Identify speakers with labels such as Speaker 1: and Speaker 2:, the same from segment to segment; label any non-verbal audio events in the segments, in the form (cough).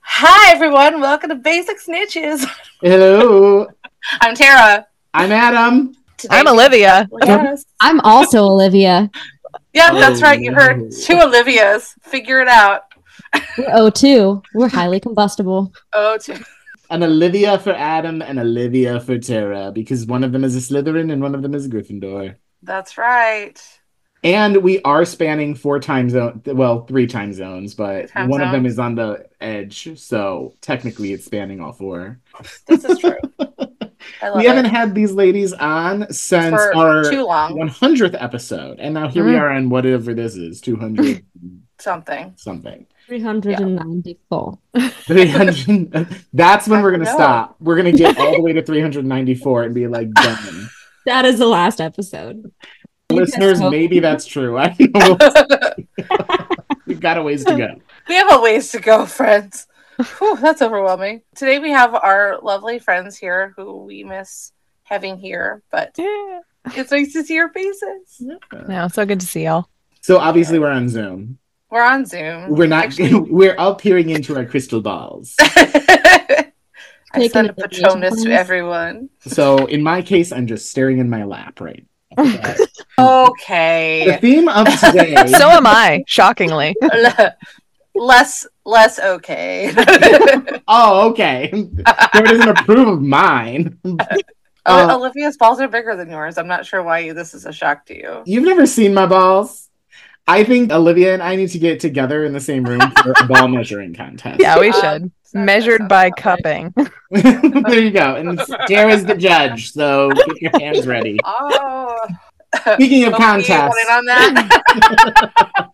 Speaker 1: Hi, everyone. Welcome to Basic Snitches. (laughs)
Speaker 2: Hello.
Speaker 1: I'm Tara.
Speaker 2: I'm Adam.
Speaker 1: Today-
Speaker 3: I'm Olivia.
Speaker 1: Yes.
Speaker 4: I'm also Olivia.
Speaker 1: Yeah,
Speaker 2: Oh,
Speaker 1: that's right. You
Speaker 2: no.
Speaker 1: heard two Olivias. Figure it out.
Speaker 4: We're O2. We're highly combustible.
Speaker 1: Oh, two.
Speaker 2: An Olivia for Adam and Olivia for Tara because one of them is a Slytherin and one of them is a Gryffindor.
Speaker 1: That's right.
Speaker 2: And we are spanning four time zones, well, three time zones, but
Speaker 1: Time
Speaker 2: one of them
Speaker 1: zones.
Speaker 2: is on the edge. So technically it's spanning all four.
Speaker 1: This is
Speaker 2: (laughs)
Speaker 1: true. I love
Speaker 2: We haven't
Speaker 1: it.
Speaker 2: had these ladies on since
Speaker 1: for
Speaker 2: our
Speaker 1: too Mm-hmm. long.
Speaker 2: 100th episode. And now here we
Speaker 3: Mm.
Speaker 2: are on whatever this
Speaker 1: (laughs)
Speaker 2: is 200
Speaker 1: Something.
Speaker 2: something.
Speaker 4: 394.
Speaker 2: 300 (laughs) that's when we're gonna
Speaker 1: No.
Speaker 2: stop we're gonna get all the way to 394 and be like done
Speaker 4: That is the last episode. (laughs)
Speaker 2: listeners
Speaker 4: hope.
Speaker 2: maybe that's true i don't know we've got a ways to go
Speaker 1: We have a ways to go, (laughs) friends. Whew, that's overwhelming. Today we have our lovely friends here who we miss having here, but
Speaker 3: Yeah.
Speaker 1: it's nice to see your faces.
Speaker 3: No, so good to see y'all.
Speaker 2: so obviously we're on zoom
Speaker 1: We're on Zoom.
Speaker 3: Mm-hmm.
Speaker 2: we're not
Speaker 1: Actually-
Speaker 2: (laughs) we're all peering into our crystal balls
Speaker 1: (laughs) I
Speaker 4: Taking
Speaker 1: sent a
Speaker 4: the vacation
Speaker 1: patronus
Speaker 4: plans.
Speaker 1: to everyone.
Speaker 2: so in my case i'm just staring in my lap right
Speaker 3: (laughs)
Speaker 2: now. the
Speaker 1: Okay.
Speaker 2: (laughs) theme of today
Speaker 3: So am I, shockingly.
Speaker 1: Le- less less okay.
Speaker 2: (laughs)
Speaker 1: (laughs)
Speaker 2: oh okay Sarah doesn't approve of mine
Speaker 1: O-
Speaker 2: Uh,
Speaker 1: Olivia's balls are bigger than yours. I'm not sure why this is a shock to you.
Speaker 2: You've never seen my balls. I think Olivia and I need to get together in the same room for a ball measuring contest.
Speaker 3: (laughs) (laughs) Yeah, we
Speaker 1: Um,
Speaker 3: should.
Speaker 1: it's not-
Speaker 3: Measured
Speaker 1: that's
Speaker 3: by
Speaker 1: not right.
Speaker 3: cupping.
Speaker 2: (laughs) there you go. And Sarah's the judge, so get your hands ready.
Speaker 1: Oh.
Speaker 2: Speaking of
Speaker 1: Sophie, you want
Speaker 2: contests,
Speaker 1: in on that?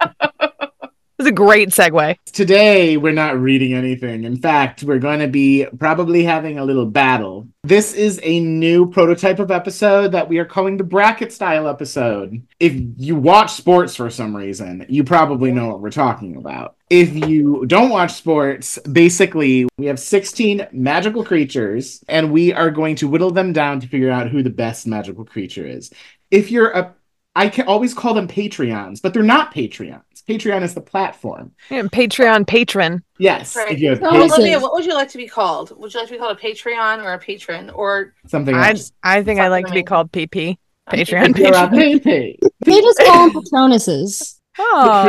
Speaker 3: It's a great segue.
Speaker 2: today we're not reading anything. In fact, we're going to be probably having a little battle. This is a new prototype of episode that we are calling the bracket style episode. If you watch sports for some reason, you probably know what we're talking about. If you don't watch sports, basically we have 16 magical creatures and we are going to whittle them down to figure out who the best magical creature is. If you're a I can always call them Patreons, but they're not Patreons. Patreon is the platform.
Speaker 3: Yeah, Patreon patron.
Speaker 2: Yes,
Speaker 1: Right.
Speaker 2: if you have
Speaker 4: So,
Speaker 2: paid
Speaker 4: Olivia-
Speaker 1: Olivia, what would you like to be called? Would you like to be called a Patreon or a patron or
Speaker 2: something
Speaker 3: I
Speaker 2: else.
Speaker 3: I think I like to be called PP. Patreon
Speaker 2: You're a
Speaker 3: patron.
Speaker 2: pay-pay.
Speaker 4: They just call them Patronuses.
Speaker 3: Oh,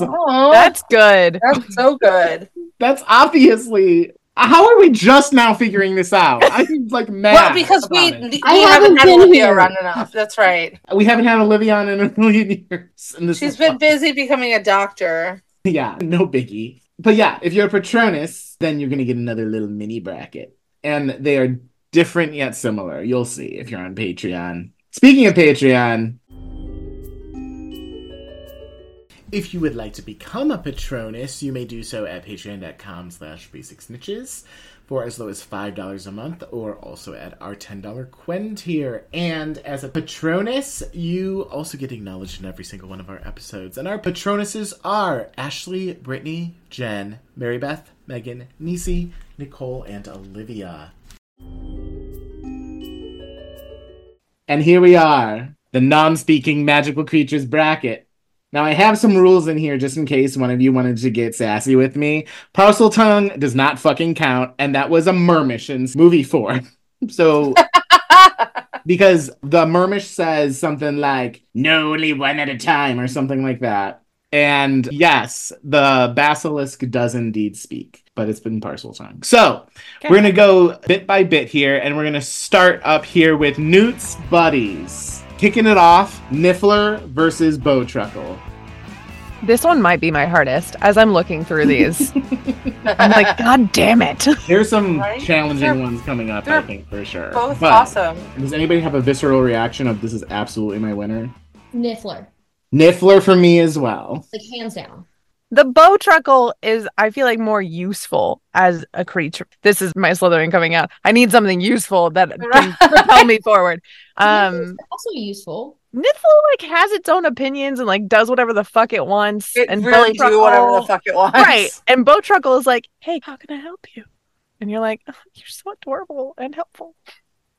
Speaker 1: (laughs) Oh,
Speaker 3: that's good.
Speaker 1: that's so good.
Speaker 2: That's obviously. How are we just now figuring this out? I'm like mad.
Speaker 1: Well, because we,
Speaker 2: about it.
Speaker 1: we
Speaker 4: I
Speaker 1: haven't
Speaker 4: haven't
Speaker 1: had
Speaker 4: been
Speaker 1: Olivia
Speaker 4: here.
Speaker 1: around enough. That's right.
Speaker 2: we haven't had Olivia on in a million years, and this
Speaker 1: She's
Speaker 2: is
Speaker 1: been
Speaker 2: fun.
Speaker 1: busy becoming a doctor.
Speaker 2: (laughs) yeah, no biggie. But yeah, if you're a Patronus, then you're gonna get another little mini bracket, and they are different yet similar. You'll see if you're on Patreon. Speaking of Patreon, If you would like to become a Patronus, you may do so at patreon.com slash basic snitches for as low as $5 a month or also at our $10 Quen tier. And as a Patronus, you also get acknowledged in every single one of our episodes. And our Patronuses are Ashley, Brittany, Jen, Mary Beth, Megan, Nisi, Nicole, and Olivia. And here we are, the non-speaking magical creatures bracket. Now I have some rules in here just in case one of you wanted to get sassy with me. Parcel tongue does not fucking count, and that was a Mermish in movie four. (laughs) So because the Mermish says something like "no, only one at a time" or something like that. And yes, the basilisk does indeed speak, but it's been parcel tongue. So
Speaker 3: Okay.
Speaker 2: we're gonna go bit by bit here, and we're gonna start up here with Newt's buddies. Kicking it off, Niffler versus Bow Truckle.
Speaker 3: This one might be my hardest as I'm looking through these. I'm like, (laughs) God damn it.
Speaker 2: There's some
Speaker 1: Right?
Speaker 2: challenging
Speaker 1: They're-
Speaker 2: ones coming up, I
Speaker 1: they're
Speaker 2: think, for sure.
Speaker 1: Both
Speaker 2: But
Speaker 1: awesome.
Speaker 2: Does anybody have a visceral reaction of this is absolutely my winner?
Speaker 4: Niffler.
Speaker 2: Niffler for me as well.
Speaker 4: Like, hands down.
Speaker 3: The bow truckle is, I feel like, more useful as a creature. This is my Slytherin coming out. I need something useful that (laughs) can propel me forward. Um,
Speaker 4: also useful.
Speaker 3: Niffle like has its own opinions and like does whatever the fuck it wants.
Speaker 1: It
Speaker 3: and
Speaker 1: really
Speaker 3: Bow
Speaker 1: do whatever the
Speaker 3: Truckle-
Speaker 1: fuck it wants.
Speaker 3: Right. And Bow Truckle is like, hey, how can I help you? And you're like, oh, you're so adorable and helpful.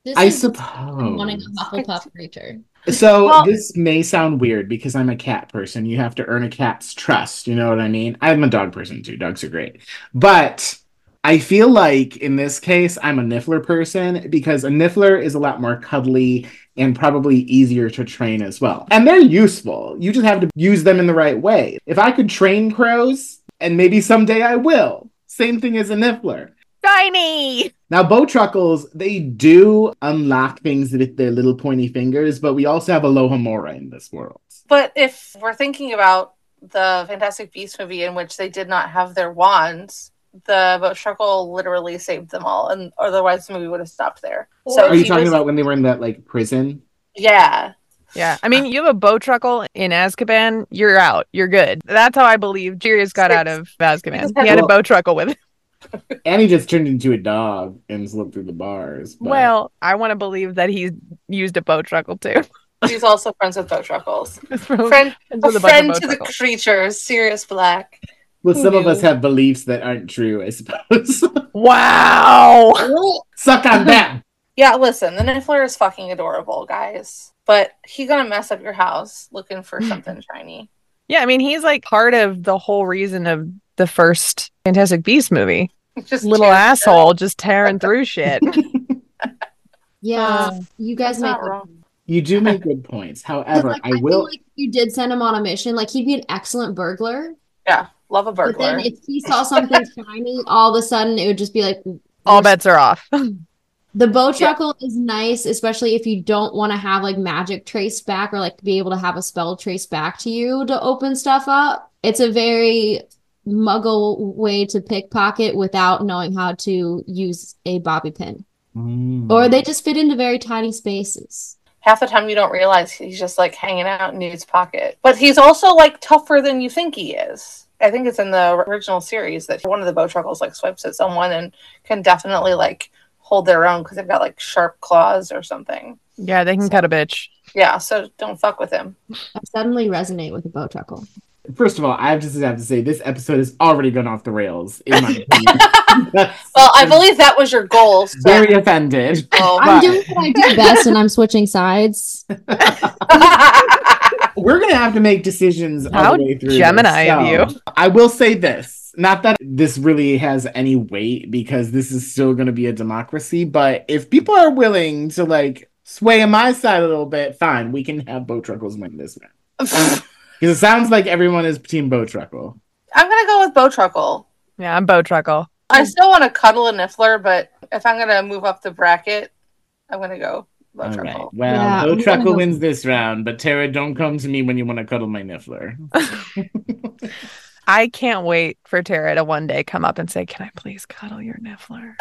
Speaker 4: This
Speaker 2: I
Speaker 4: is
Speaker 2: suppose.
Speaker 4: wanting a Hufflepuff creature.
Speaker 2: So
Speaker 1: Well-
Speaker 2: this may sound weird because I'm a cat person. You have to earn a cat's trust. You know what I mean? I'm a dog person too. Dogs are great. But I feel like in this case, I'm a Niffler person because a Niffler is a lot more cuddly and probably easier to train as well. And they're useful. You just have to use them in the right way. If I could train crows, and maybe someday I will, same thing as a Niffler.
Speaker 3: Shiny.
Speaker 2: Now, bow truckles, they do unlock things with their little pointy fingers, but we also have Alohomora in this world.
Speaker 1: But if we're thinking about the Fantastic Beasts movie in which they did not have their wands, the boat truckle literally saved them all, and otherwise the movie would have stopped there. So
Speaker 4: But
Speaker 2: Are you
Speaker 1: he
Speaker 2: talking
Speaker 1: was-
Speaker 2: about when they were in that like prison?
Speaker 1: Yeah,
Speaker 3: Yeah. I mean, you have a bow truckle in Azkaban, you're out. You're good. That's how I believe Sirius got out of
Speaker 1: (laughs)
Speaker 3: Azkaban. He had a
Speaker 2: Well-
Speaker 3: bow truckle with him.
Speaker 2: Annie just turned into a dog and slipped through the bars. but-
Speaker 3: Well, I want to believe that he used a bow truckle too. (laughs)
Speaker 1: he's also friends with boat
Speaker 2: (laughs)
Speaker 1: truckles.
Speaker 3: From-
Speaker 1: Friend,
Speaker 3: friends
Speaker 1: a
Speaker 3: with a bunch of
Speaker 1: friend
Speaker 3: bow
Speaker 1: to the
Speaker 3: truckles.
Speaker 1: creatures, Sirius Black.
Speaker 2: well, some of
Speaker 4: Ew.
Speaker 2: us have beliefs that aren't true, I suppose. (laughs)
Speaker 3: Wow.
Speaker 2: Suck on that.
Speaker 1: Yeah, listen, the Niffler is fucking adorable, guys. But he gonna mess up your house looking
Speaker 2: (laughs)
Speaker 1: for something shiny.
Speaker 3: Yeah, I mean, he's like part of the whole reason of the first Fantastic Beast movie.
Speaker 1: Just
Speaker 3: Little
Speaker 1: tears-
Speaker 3: asshole just tearing through
Speaker 1: (laughs)
Speaker 3: shit.
Speaker 4: Yeah,
Speaker 3: Uh,
Speaker 4: you
Speaker 1: That's
Speaker 4: guys make
Speaker 1: not wrong.
Speaker 2: You do make good points.
Speaker 4: Because,
Speaker 2: However,
Speaker 4: like,
Speaker 2: I will.
Speaker 4: feel like if you did send him on a mission, like he'd be an excellent burglar.
Speaker 1: Yeah, love a
Speaker 4: But then
Speaker 1: burglar.
Speaker 4: if he saw something (laughs) shiny, all of a sudden it would just be like
Speaker 3: All bets are off.
Speaker 4: the bow truckle is nice, especially if you don't want to have like magic traced back or like be able to have a spell traced back to you to open stuff up. It's a very muggle way to pickpocket without knowing how to use a bobby pin.
Speaker 2: Mm.
Speaker 4: Or they just fit into very tiny spaces.
Speaker 1: Half the time you don't realize he's just like hanging out in Newt's pocket. But he's also like tougher than you think he is. I think it's in the original series that one of the bow truckles like swipes at someone and can definitely like hold their own because they've got like sharp claws or something.
Speaker 3: yeah, they can cut a bitch.
Speaker 1: Yeah, so don't fuck with him.
Speaker 4: I suddenly resonate with a bow truckle.
Speaker 2: First of all, I just have to say this episode has already gone off the rails, in my opinion.
Speaker 1: Well, I believe that was your goal.
Speaker 3: (laughs)
Speaker 1: So.
Speaker 2: Very offended.
Speaker 1: Oh,
Speaker 4: I'm
Speaker 2: Right.
Speaker 4: doing what I do best and I'm switching sides.
Speaker 2: We're gonna have to make decisions
Speaker 3: How
Speaker 2: all the way through.
Speaker 3: Gemini
Speaker 2: this,
Speaker 3: of
Speaker 2: so I will say this: not that this really has any weight, because this is still gonna be a democracy. But if people are willing to like sway on my side a little bit, fine, we can have Bo Truckles win this round. Because it sounds like everyone is Team Bo Truckle.
Speaker 1: I'm gonna go with bow truckle.
Speaker 3: Yeah, I'm bow truckle.
Speaker 1: I still want to cuddle a niffler, but if I'm gonna move up the bracket, I'm gonna go bow
Speaker 2: All
Speaker 1: truckle.
Speaker 2: right. Well,
Speaker 4: Yeah,
Speaker 2: Bo
Speaker 4: I'm gonna
Speaker 2: Truckle
Speaker 4: go-
Speaker 2: wins this round, but Tara, don't come to me when you want to cuddle my niffler.
Speaker 3: I can't wait for Tara to one day come up and say, Can I please cuddle your Niffler?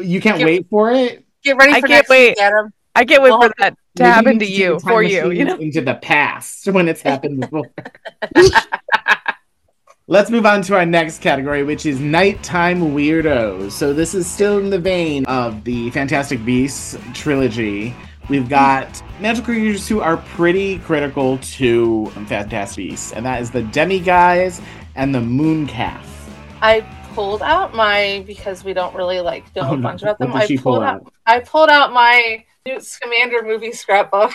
Speaker 2: You can't
Speaker 1: Give-
Speaker 2: wait for it.
Speaker 1: Get ready
Speaker 3: I
Speaker 1: for
Speaker 3: can't
Speaker 1: next week,
Speaker 3: wait.
Speaker 1: Adam.
Speaker 3: I can't wait for that to
Speaker 2: Maybe we need
Speaker 3: happen to
Speaker 2: take a
Speaker 3: you,
Speaker 2: time
Speaker 3: for you, you
Speaker 2: machine
Speaker 3: know?
Speaker 2: into the past when it's happened
Speaker 3: (laughs)
Speaker 2: before. (laughs) Let's move on to our next category, which is nighttime weirdos. So this is still in the vein of the Fantastic Beasts trilogy. We've got magical creatures who are pretty critical to Fantastic Beasts, and that is the demi-guys and the moon calf.
Speaker 1: I pulled out my because we don't really like know
Speaker 2: Oh,
Speaker 1: a
Speaker 2: no.
Speaker 1: bunch about
Speaker 2: What
Speaker 1: them.
Speaker 2: did
Speaker 1: I
Speaker 2: she
Speaker 1: pulled
Speaker 2: pull
Speaker 1: out? I pulled out my Newt Scamander movie scrapbook.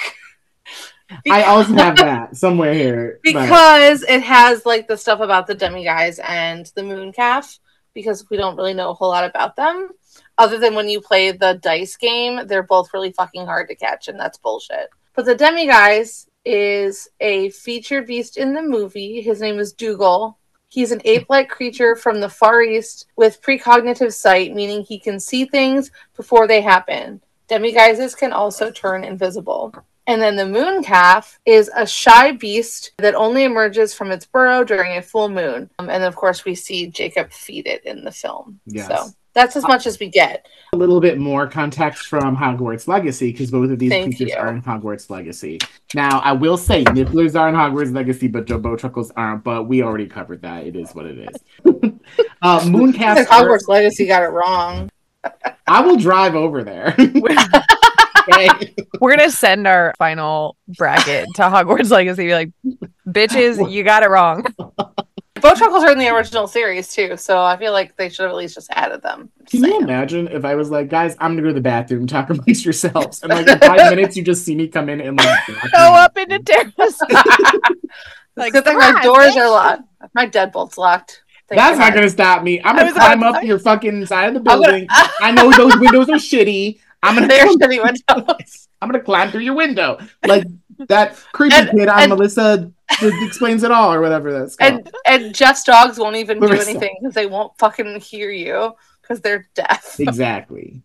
Speaker 2: I also have that somewhere
Speaker 3: (laughs)
Speaker 2: here. but-
Speaker 1: because it has like the stuff about the demi guys and the moon calf because we don't really know a whole lot about them other than when you play the dice game they're both really fucking hard to catch and that's bullshit but the demi guys is a featured beast in the movie his name is dougal he's an ape-like creature from the far east with precognitive sight meaning he can see things before they happen demi guises can also turn invisible and then the moon calf is a shy beast that only emerges from its burrow during a full moon. Um, and of course, we see Jacob feed it in the film.
Speaker 2: Yes.
Speaker 1: So that's as much as we get.
Speaker 2: a little bit more context from Hogwarts Legacy because both of these
Speaker 1: Thank
Speaker 2: creatures
Speaker 1: you.
Speaker 2: are in Hogwarts Legacy. Now, I will say Nifflers are in Hogwarts Legacy, but Jumbo Truckles aren't. But we already covered that. It is what it is.
Speaker 3: (laughs)
Speaker 2: uh,
Speaker 1: I think
Speaker 2: Mooncats. are-
Speaker 1: Hogwarts Legacy got it wrong.
Speaker 2: I will drive over
Speaker 3: (laughs)
Speaker 2: there. Okay.
Speaker 3: We're gonna send our
Speaker 1: (laughs) (laughs)
Speaker 3: final bracket to Hogwarts Legacy. Be like, bitches, you got it wrong.
Speaker 1: Bow chuckles are in the original series too, so I feel like they should have at least just added them.
Speaker 2: (laughs) Can you imagine if I was like, guys, I'm gonna go to the bathroom, talk amongst yourselves, and like in
Speaker 3: (laughs)
Speaker 2: five minutes you just see me come in and like
Speaker 3: Go up into terrace.
Speaker 1: (laughs) Like, good thing my
Speaker 3: "God,
Speaker 1: doors
Speaker 3: bitch."
Speaker 1: are locked. My deadbolt's locked. Thank
Speaker 2: That's not
Speaker 1: God.
Speaker 2: gonna stop me. I'm
Speaker 3: I
Speaker 2: gonna
Speaker 3: was
Speaker 2: climb
Speaker 3: about to
Speaker 2: up
Speaker 3: say-
Speaker 2: your fucking side of the
Speaker 1: I'm
Speaker 2: building. I know those windows are shitty. I'm gonna
Speaker 1: There's shitty windows.
Speaker 2: (laughs) I'm gonna climb through your window. Like that creepy
Speaker 1: And-
Speaker 2: kid on
Speaker 1: and-
Speaker 2: Melissa d- explains it all or whatever that's called.
Speaker 1: And (laughs) and Jeff's dogs won't even do
Speaker 2: Larissa.
Speaker 1: anything because they won't fucking hear you because they're deaf.
Speaker 2: Exactly.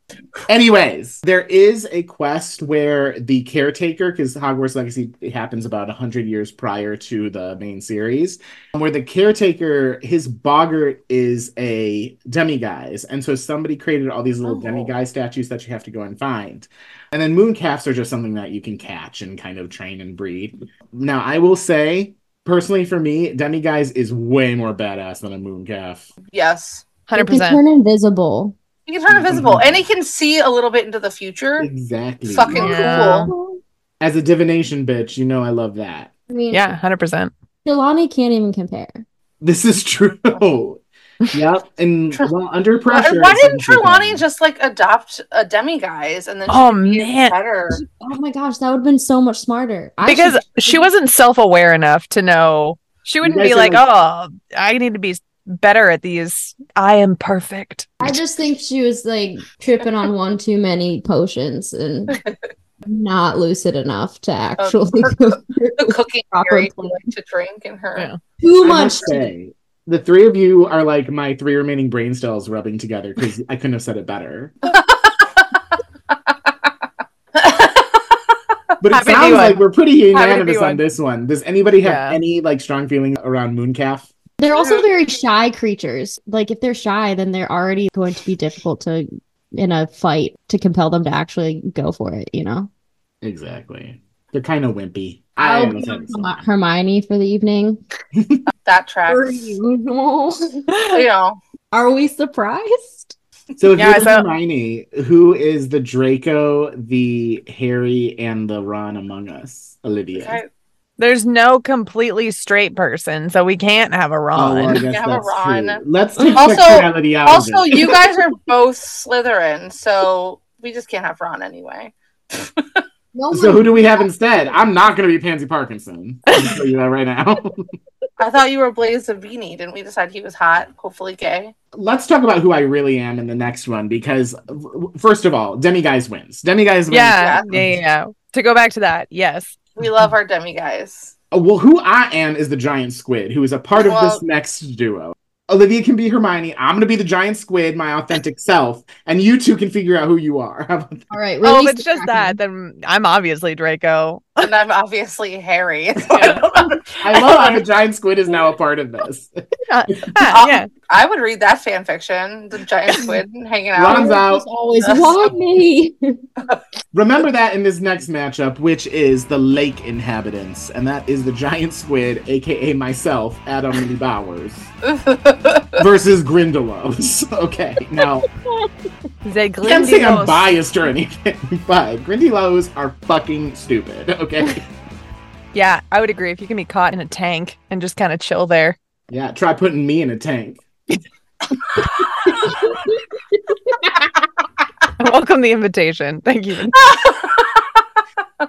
Speaker 2: Anyways, there is a quest where the caretaker, because Hogwarts Legacy happens about 100 years prior to the main series, where the caretaker, his boggart is a demiguise. And so somebody created all these little
Speaker 1: Oh.
Speaker 2: demiguise statues that you have to go and find. And then moon calves are just something that you can catch and kind of train and breed. Now, I will say, personally for me, demiguise is way more badass than a moon calf.
Speaker 1: Yes.
Speaker 3: Hundred
Speaker 4: They
Speaker 3: percent.
Speaker 4: turn invisible.
Speaker 1: He can turn invisible and he can see a little bit into the future.
Speaker 2: Exactly.
Speaker 1: Fucking
Speaker 3: Yeah.
Speaker 1: cool.
Speaker 2: as a divination bitch, you know I love that.
Speaker 4: I mean,
Speaker 3: Yeah, hundred percent.
Speaker 4: Jelani can't even compare.
Speaker 2: This is true. yep, and
Speaker 1: Tre-
Speaker 2: well, under
Speaker 1: Why,
Speaker 2: pressure.
Speaker 1: why
Speaker 2: it's
Speaker 1: didn't
Speaker 2: something
Speaker 1: Trelawney
Speaker 2: different.
Speaker 1: just like adopt a demiguise and then she
Speaker 3: Oh,
Speaker 1: could be
Speaker 3: man.
Speaker 1: better?
Speaker 4: Oh my gosh, that would have been so much smarter. I
Speaker 3: Because
Speaker 4: should-
Speaker 3: she wasn't self-aware enough to know. She wouldn't
Speaker 2: guys
Speaker 3: be
Speaker 2: are
Speaker 3: like,
Speaker 2: like-
Speaker 3: "Oh, I need to be better at these. I am perfect."
Speaker 4: I just think she was like tripping on one too many potions and not lucid enough to actually
Speaker 1: her-
Speaker 4: go through
Speaker 1: The cooking
Speaker 4: Proper
Speaker 1: berry
Speaker 4: plan.
Speaker 1: like to drink and her.
Speaker 3: Yeah.
Speaker 4: too
Speaker 2: I
Speaker 4: much.
Speaker 2: must say, the three of you are like my three remaining brain cells rubbing together because I couldn't have said it better. But it
Speaker 3: Happy to be
Speaker 2: sounds
Speaker 3: one.
Speaker 2: like we're pretty
Speaker 3: to be
Speaker 2: unanimous
Speaker 3: one.
Speaker 2: on this one. Does anybody have
Speaker 3: Yeah.
Speaker 2: any like strong feelings around Mooncalf?
Speaker 4: They're also very shy creatures. Like if they're shy, then they're already going to be difficult to in a fight to compel them to actually go for it. You know,
Speaker 2: Exactly. They're kind of wimpy.
Speaker 4: I'll
Speaker 2: Oh, don't
Speaker 4: be
Speaker 2: know.
Speaker 4: Herm- Hermione for the evening.
Speaker 1: That tracks. You
Speaker 4: usual.
Speaker 1: know.
Speaker 4: (laughs) Are we surprised?
Speaker 2: So if
Speaker 3: Yeah,
Speaker 2: you're
Speaker 3: so-
Speaker 2: Hermione, who is the Draco, the Harry, and the Ron among us? Olivia.
Speaker 1: Okay.
Speaker 3: There's no completely straight person, so we can't have a
Speaker 2: Oh, well, I
Speaker 3: Ron.
Speaker 2: guess
Speaker 1: Yeah,
Speaker 2: that's
Speaker 1: Ron.
Speaker 2: true.
Speaker 3: (laughs)
Speaker 2: Let's take
Speaker 1: Also-
Speaker 2: sexuality out of
Speaker 1: Also,
Speaker 2: it.
Speaker 1: you guys are both Slytherin, so we just can't have Ron anyway.
Speaker 4: No
Speaker 2: So who do we have instead? I'm not going to be Pansy Parkinson. I'll tell you that right
Speaker 3: (laughs)
Speaker 2: now.
Speaker 1: I thought you were Blaze Zavini. Didn't we decide he was hot? Hopefully gay.
Speaker 2: Let's talk about who I really am in the next one because, w- first of all, Demiguise wins. Demiguise wins.
Speaker 3: Yeah, yeah,
Speaker 1: Yeah.
Speaker 3: yeah, yeah. To go back to that, yes.
Speaker 1: We love our demi guys.
Speaker 2: Uh, Well, who I am is the giant squid, who is a part of
Speaker 1: Well-
Speaker 2: this next duo. Olivia can be Hermione. I'm gonna be the giant squid, my authentic self, and you two can figure out who you are. (laughs) How about-
Speaker 4: All right.
Speaker 3: Oh,
Speaker 4: release
Speaker 3: if
Speaker 4: the
Speaker 3: it's just
Speaker 4: Kraken.
Speaker 3: that, then I'm obviously Draco.
Speaker 1: And I'm obviously
Speaker 2: (laughs)
Speaker 1: Harry. so I don't-
Speaker 2: I love how the giant squid is now a part of this.
Speaker 3: Ah, yeah.
Speaker 1: I would read that fan fiction, the giant
Speaker 2: (laughs)
Speaker 1: squid hanging out.
Speaker 2: Ron's out.
Speaker 4: It's
Speaker 2: (laughs)
Speaker 4: always why me?
Speaker 2: Remember that in this next matchup, which is the lake inhabitants, and that is the giant squid, aka myself, Adam Lee Bowers, versus Grindelos. (laughs) Okay, now
Speaker 3: The
Speaker 2: I can't say I'm
Speaker 3: Glindylos.
Speaker 2: biased or anything, (laughs) but Grindelos are fucking stupid. Okay.
Speaker 3: Yeah, I would agree. If you can be caught in a tank and just kind of chill there. (laughs)
Speaker 2: Yeah, try putting me in a tank.
Speaker 3: I Welcome the invitation. Thank you.
Speaker 2: I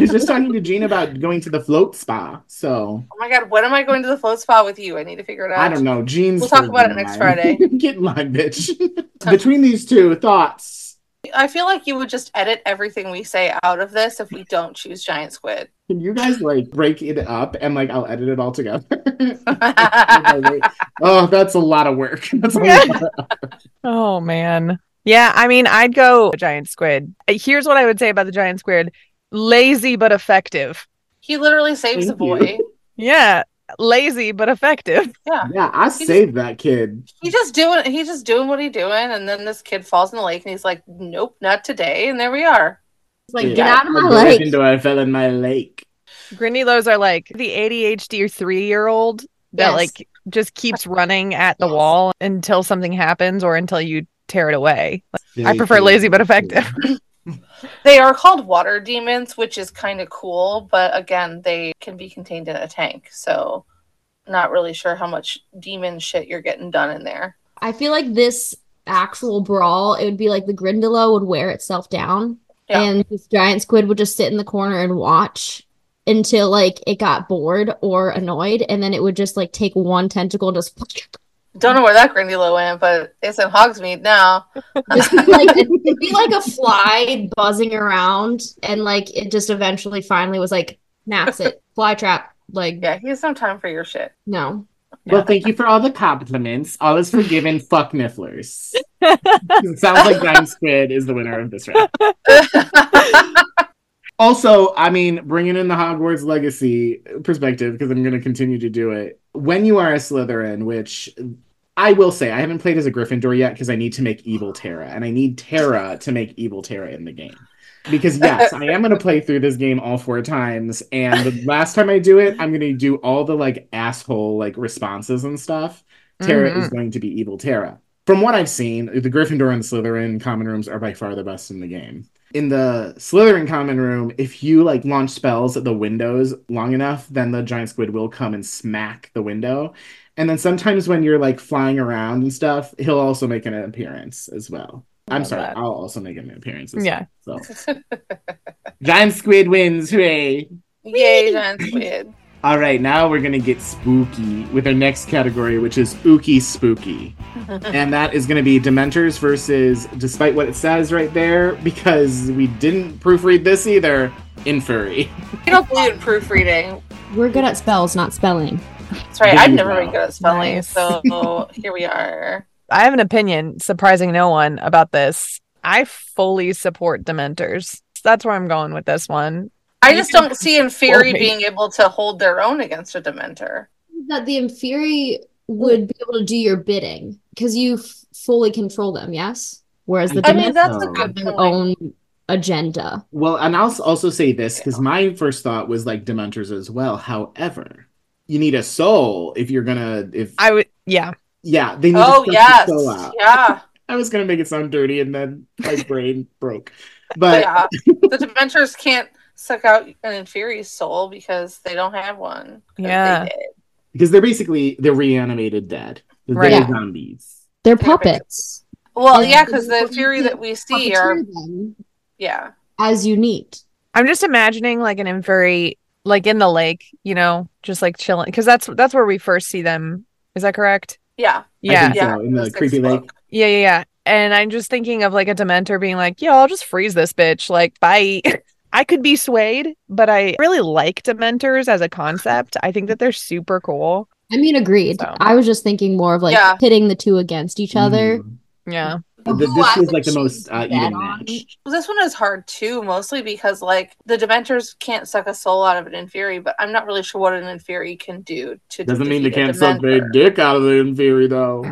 Speaker 2: was just talking to Gene about going to the float spa. So
Speaker 1: Oh my god, when am I going to the float spa with you? I need to figure it out.
Speaker 2: I don't know. Gene's.
Speaker 1: We'll talk about it
Speaker 2: friggin'
Speaker 1: next
Speaker 2: lying. (laughs) Get in line, bitch. (laughs) Between these two thoughts,
Speaker 1: I feel like you would just edit everything we say out of this if we don't choose giant
Speaker 2: (laughs)
Speaker 1: squid.
Speaker 2: can you guys like break it up and like I'll edit it all together? (laughs) oh, that's a lot of work. (laughs) That's a lot of-
Speaker 3: (laughs) Oh man. Yeah, I mean, I'd go giant squid. Here's what I would say about the giant squid: lazy but effective.
Speaker 1: he literally saves
Speaker 2: Thank
Speaker 1: the boy.
Speaker 2: you.
Speaker 3: Yeah, lazy but effective. (laughs)
Speaker 2: yeah, I saved that kid.
Speaker 1: He just doing he's just doing what he doing, and then this kid falls in the lake and he's like, Nope, not today, and there we are.
Speaker 4: like
Speaker 2: Yeah.
Speaker 4: get out of my
Speaker 2: I
Speaker 4: lake.
Speaker 2: Into I fell in my lake.
Speaker 3: Grindylos are like the ADHD three-year-old that
Speaker 4: Yes.
Speaker 3: like just
Speaker 4: (laughs)
Speaker 3: keeps running at the
Speaker 4: Yes.
Speaker 3: wall until something happens or until you tear it away. I
Speaker 2: Very
Speaker 3: prefer
Speaker 2: cool.
Speaker 3: lazy but effective.
Speaker 1: They are called water demons, which is kind of cool, but again, they can be contained in a tank, so not really sure how much demon shit you're getting done in there.
Speaker 4: I feel like this actual brawl, it would be like the Grindelow would wear itself down,
Speaker 1: Yeah.
Speaker 4: and this giant squid would just sit in the corner and watch until like it got bored or annoyed, and then it would just like take one tentacle and just (laughs)
Speaker 1: Don't know where that Grindylow went, but it's in Hogsmeade now.
Speaker 4: just be like it'd be like a fly buzzing around, and like it just eventually finally was like, that's it, fly trap. Like
Speaker 1: Yeah, he has no time for your shit. (laughs)
Speaker 4: no,
Speaker 2: Well, thank you for all the compliments. All is forgiven. Fuck Nifflers. It sounds like Rhyme Squid is the winner of this round. Also, I mean, bringing in the Hogwarts legacy perspective, because I'm going to continue to do it. When you are a Slytherin, which I will say, I haven't played as a Gryffindor yet because I need to make evil Terra, and I need Terra to make evil Terra in the game. Because yes, I am going to play through this game all four times, and
Speaker 3: (laughs)
Speaker 2: the last time I do it, I'm going to do all the like asshole like responses and stuff. Terra
Speaker 3: Mm-hmm.
Speaker 2: is going to be evil Terra. From what I've seen, the Gryffindor and Slytherin common rooms are by far the best in the game. In the Slytherin common room, if you like launch spells at the windows long enough, then the giant squid will come and smack the window. And then sometimes when you're like flying around and stuff, he'll also make an appearance as well. I'm
Speaker 3: Love
Speaker 2: sorry,
Speaker 3: that.
Speaker 2: I'll also make an appearance. As
Speaker 3: Yeah.
Speaker 2: Well, so. giant squid wins, hooray!
Speaker 1: Yay, giant squid.
Speaker 2: All right, now we're gonna get spooky with our next category, which is ooky spooky and that is going to be Dementors versus, despite what it says right there, because we didn't proofread this either, Inferi.
Speaker 1: I don't believe in proofreading.
Speaker 4: we're good at spells, not spelling.
Speaker 1: That's right.
Speaker 2: There
Speaker 1: I've
Speaker 2: you
Speaker 1: never been
Speaker 2: go.
Speaker 1: good at spelling,
Speaker 3: Nice.
Speaker 1: so here we are.
Speaker 3: I have an opinion, surprising no one, about this. I fully support Dementors. That's where I'm going with this one.
Speaker 1: I
Speaker 3: You
Speaker 1: just
Speaker 3: can
Speaker 1: don't see Inferi
Speaker 3: hold me.
Speaker 1: being able to hold their own against a Dementor.
Speaker 4: that the Inferi would be able to do your bidding because you f- fully control them, yes? Whereas the
Speaker 2: I
Speaker 1: I
Speaker 2: mean,
Speaker 1: mean,
Speaker 4: Dementors
Speaker 2: that's
Speaker 1: that's
Speaker 2: a
Speaker 1: a
Speaker 2: so-
Speaker 4: have
Speaker 1: good
Speaker 4: their
Speaker 1: point.
Speaker 4: own agenda.
Speaker 2: Well, and I'll s- also say this because my first thought was like Dementors as well. However, you need a soul if you're gonna if
Speaker 3: I would, yeah.
Speaker 2: yeah they need
Speaker 1: Oh
Speaker 2: to
Speaker 1: yes,
Speaker 2: yes. soul out.
Speaker 1: yeah,
Speaker 2: I was gonna make it sound dirty, and then my brain broke. But uh,
Speaker 1: yeah. (laughs) The Dementors can't suck out an inferior soul because they don't have one. 'Cause
Speaker 3: Yeah.
Speaker 1: they did.
Speaker 2: because they're basically they're reanimated dead, they're
Speaker 3: Right.
Speaker 4: Yeah.
Speaker 2: zombies.
Speaker 4: They're
Speaker 1: Yeah, but-
Speaker 4: puppets.
Speaker 1: Well,
Speaker 4: Yeah.
Speaker 1: yeah, because the Inferi that we see are
Speaker 4: Puppeteer them
Speaker 1: yeah,
Speaker 4: as you need.
Speaker 3: I'm just imagining like an Inferi, like in the lake, you know, just like chilling, because that's that's where we first see them. Is that correct?
Speaker 1: yeah,
Speaker 2: I
Speaker 3: Yeah,
Speaker 2: think
Speaker 1: Yeah.
Speaker 2: so, in the
Speaker 1: Sixth
Speaker 2: creepy lake.
Speaker 1: book.
Speaker 3: yeah, yeah, yeah. And I'm just thinking of like a Dementor being like, "Yo, I'll just freeze this bitch." Like, bye. (laughs) I could be swayed, but I really like Dementors as a concept. I think that they're super cool.
Speaker 4: I mean, agreed.
Speaker 3: So.
Speaker 4: I was just thinking more of like
Speaker 1: Yeah.
Speaker 4: pitting the two against each other.
Speaker 2: Mhm.
Speaker 3: Yeah.
Speaker 4: The
Speaker 2: Th- This was
Speaker 4: whole
Speaker 2: like
Speaker 4: aspect
Speaker 2: the most
Speaker 4: she's
Speaker 2: uh,
Speaker 4: dead
Speaker 2: even
Speaker 4: on.
Speaker 2: matched.
Speaker 1: Well, this one is hard too, mostly because like the Dementors can't suck a soul out of an Inferi, but I'm not really sure what an Inferi can do to
Speaker 2: Doesn't mean they
Speaker 1: defeat a
Speaker 2: can't suck their
Speaker 1: Dementor.
Speaker 2: dick out of the inferi
Speaker 1: (laughs)
Speaker 2: though.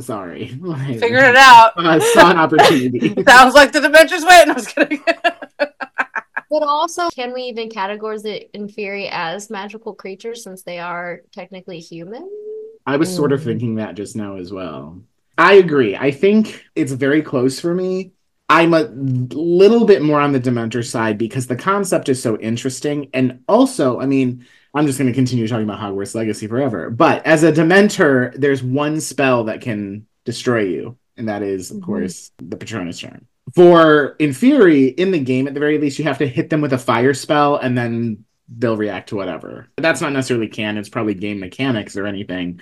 Speaker 2: Sorry. (laughs)
Speaker 1: Figure it out. (laughs)
Speaker 2: I saw an opportunity.
Speaker 1: Sounds like the Dementors win. I was kidding. (laughs)
Speaker 4: But also, can we even categorize the Inferi as magical creatures since they are technically human?
Speaker 2: I was sort of
Speaker 3: Mm.
Speaker 2: thinking that just now as well. I agree. I think it's very close for me. I'm a little bit more on the Dementor side because the concept is so interesting. And also, I mean, I'm just going to continue talking about Hogwarts Legacy forever. But as a Dementor, there's one spell that can destroy you, and that is, of
Speaker 3: Mhm.
Speaker 2: course, the Patronus Charm. For Inferi, in the game, at the very least, you have to hit them with a fire spell, and then they'll react to whatever. That's not necessarily canon; it's probably game mechanics or anything.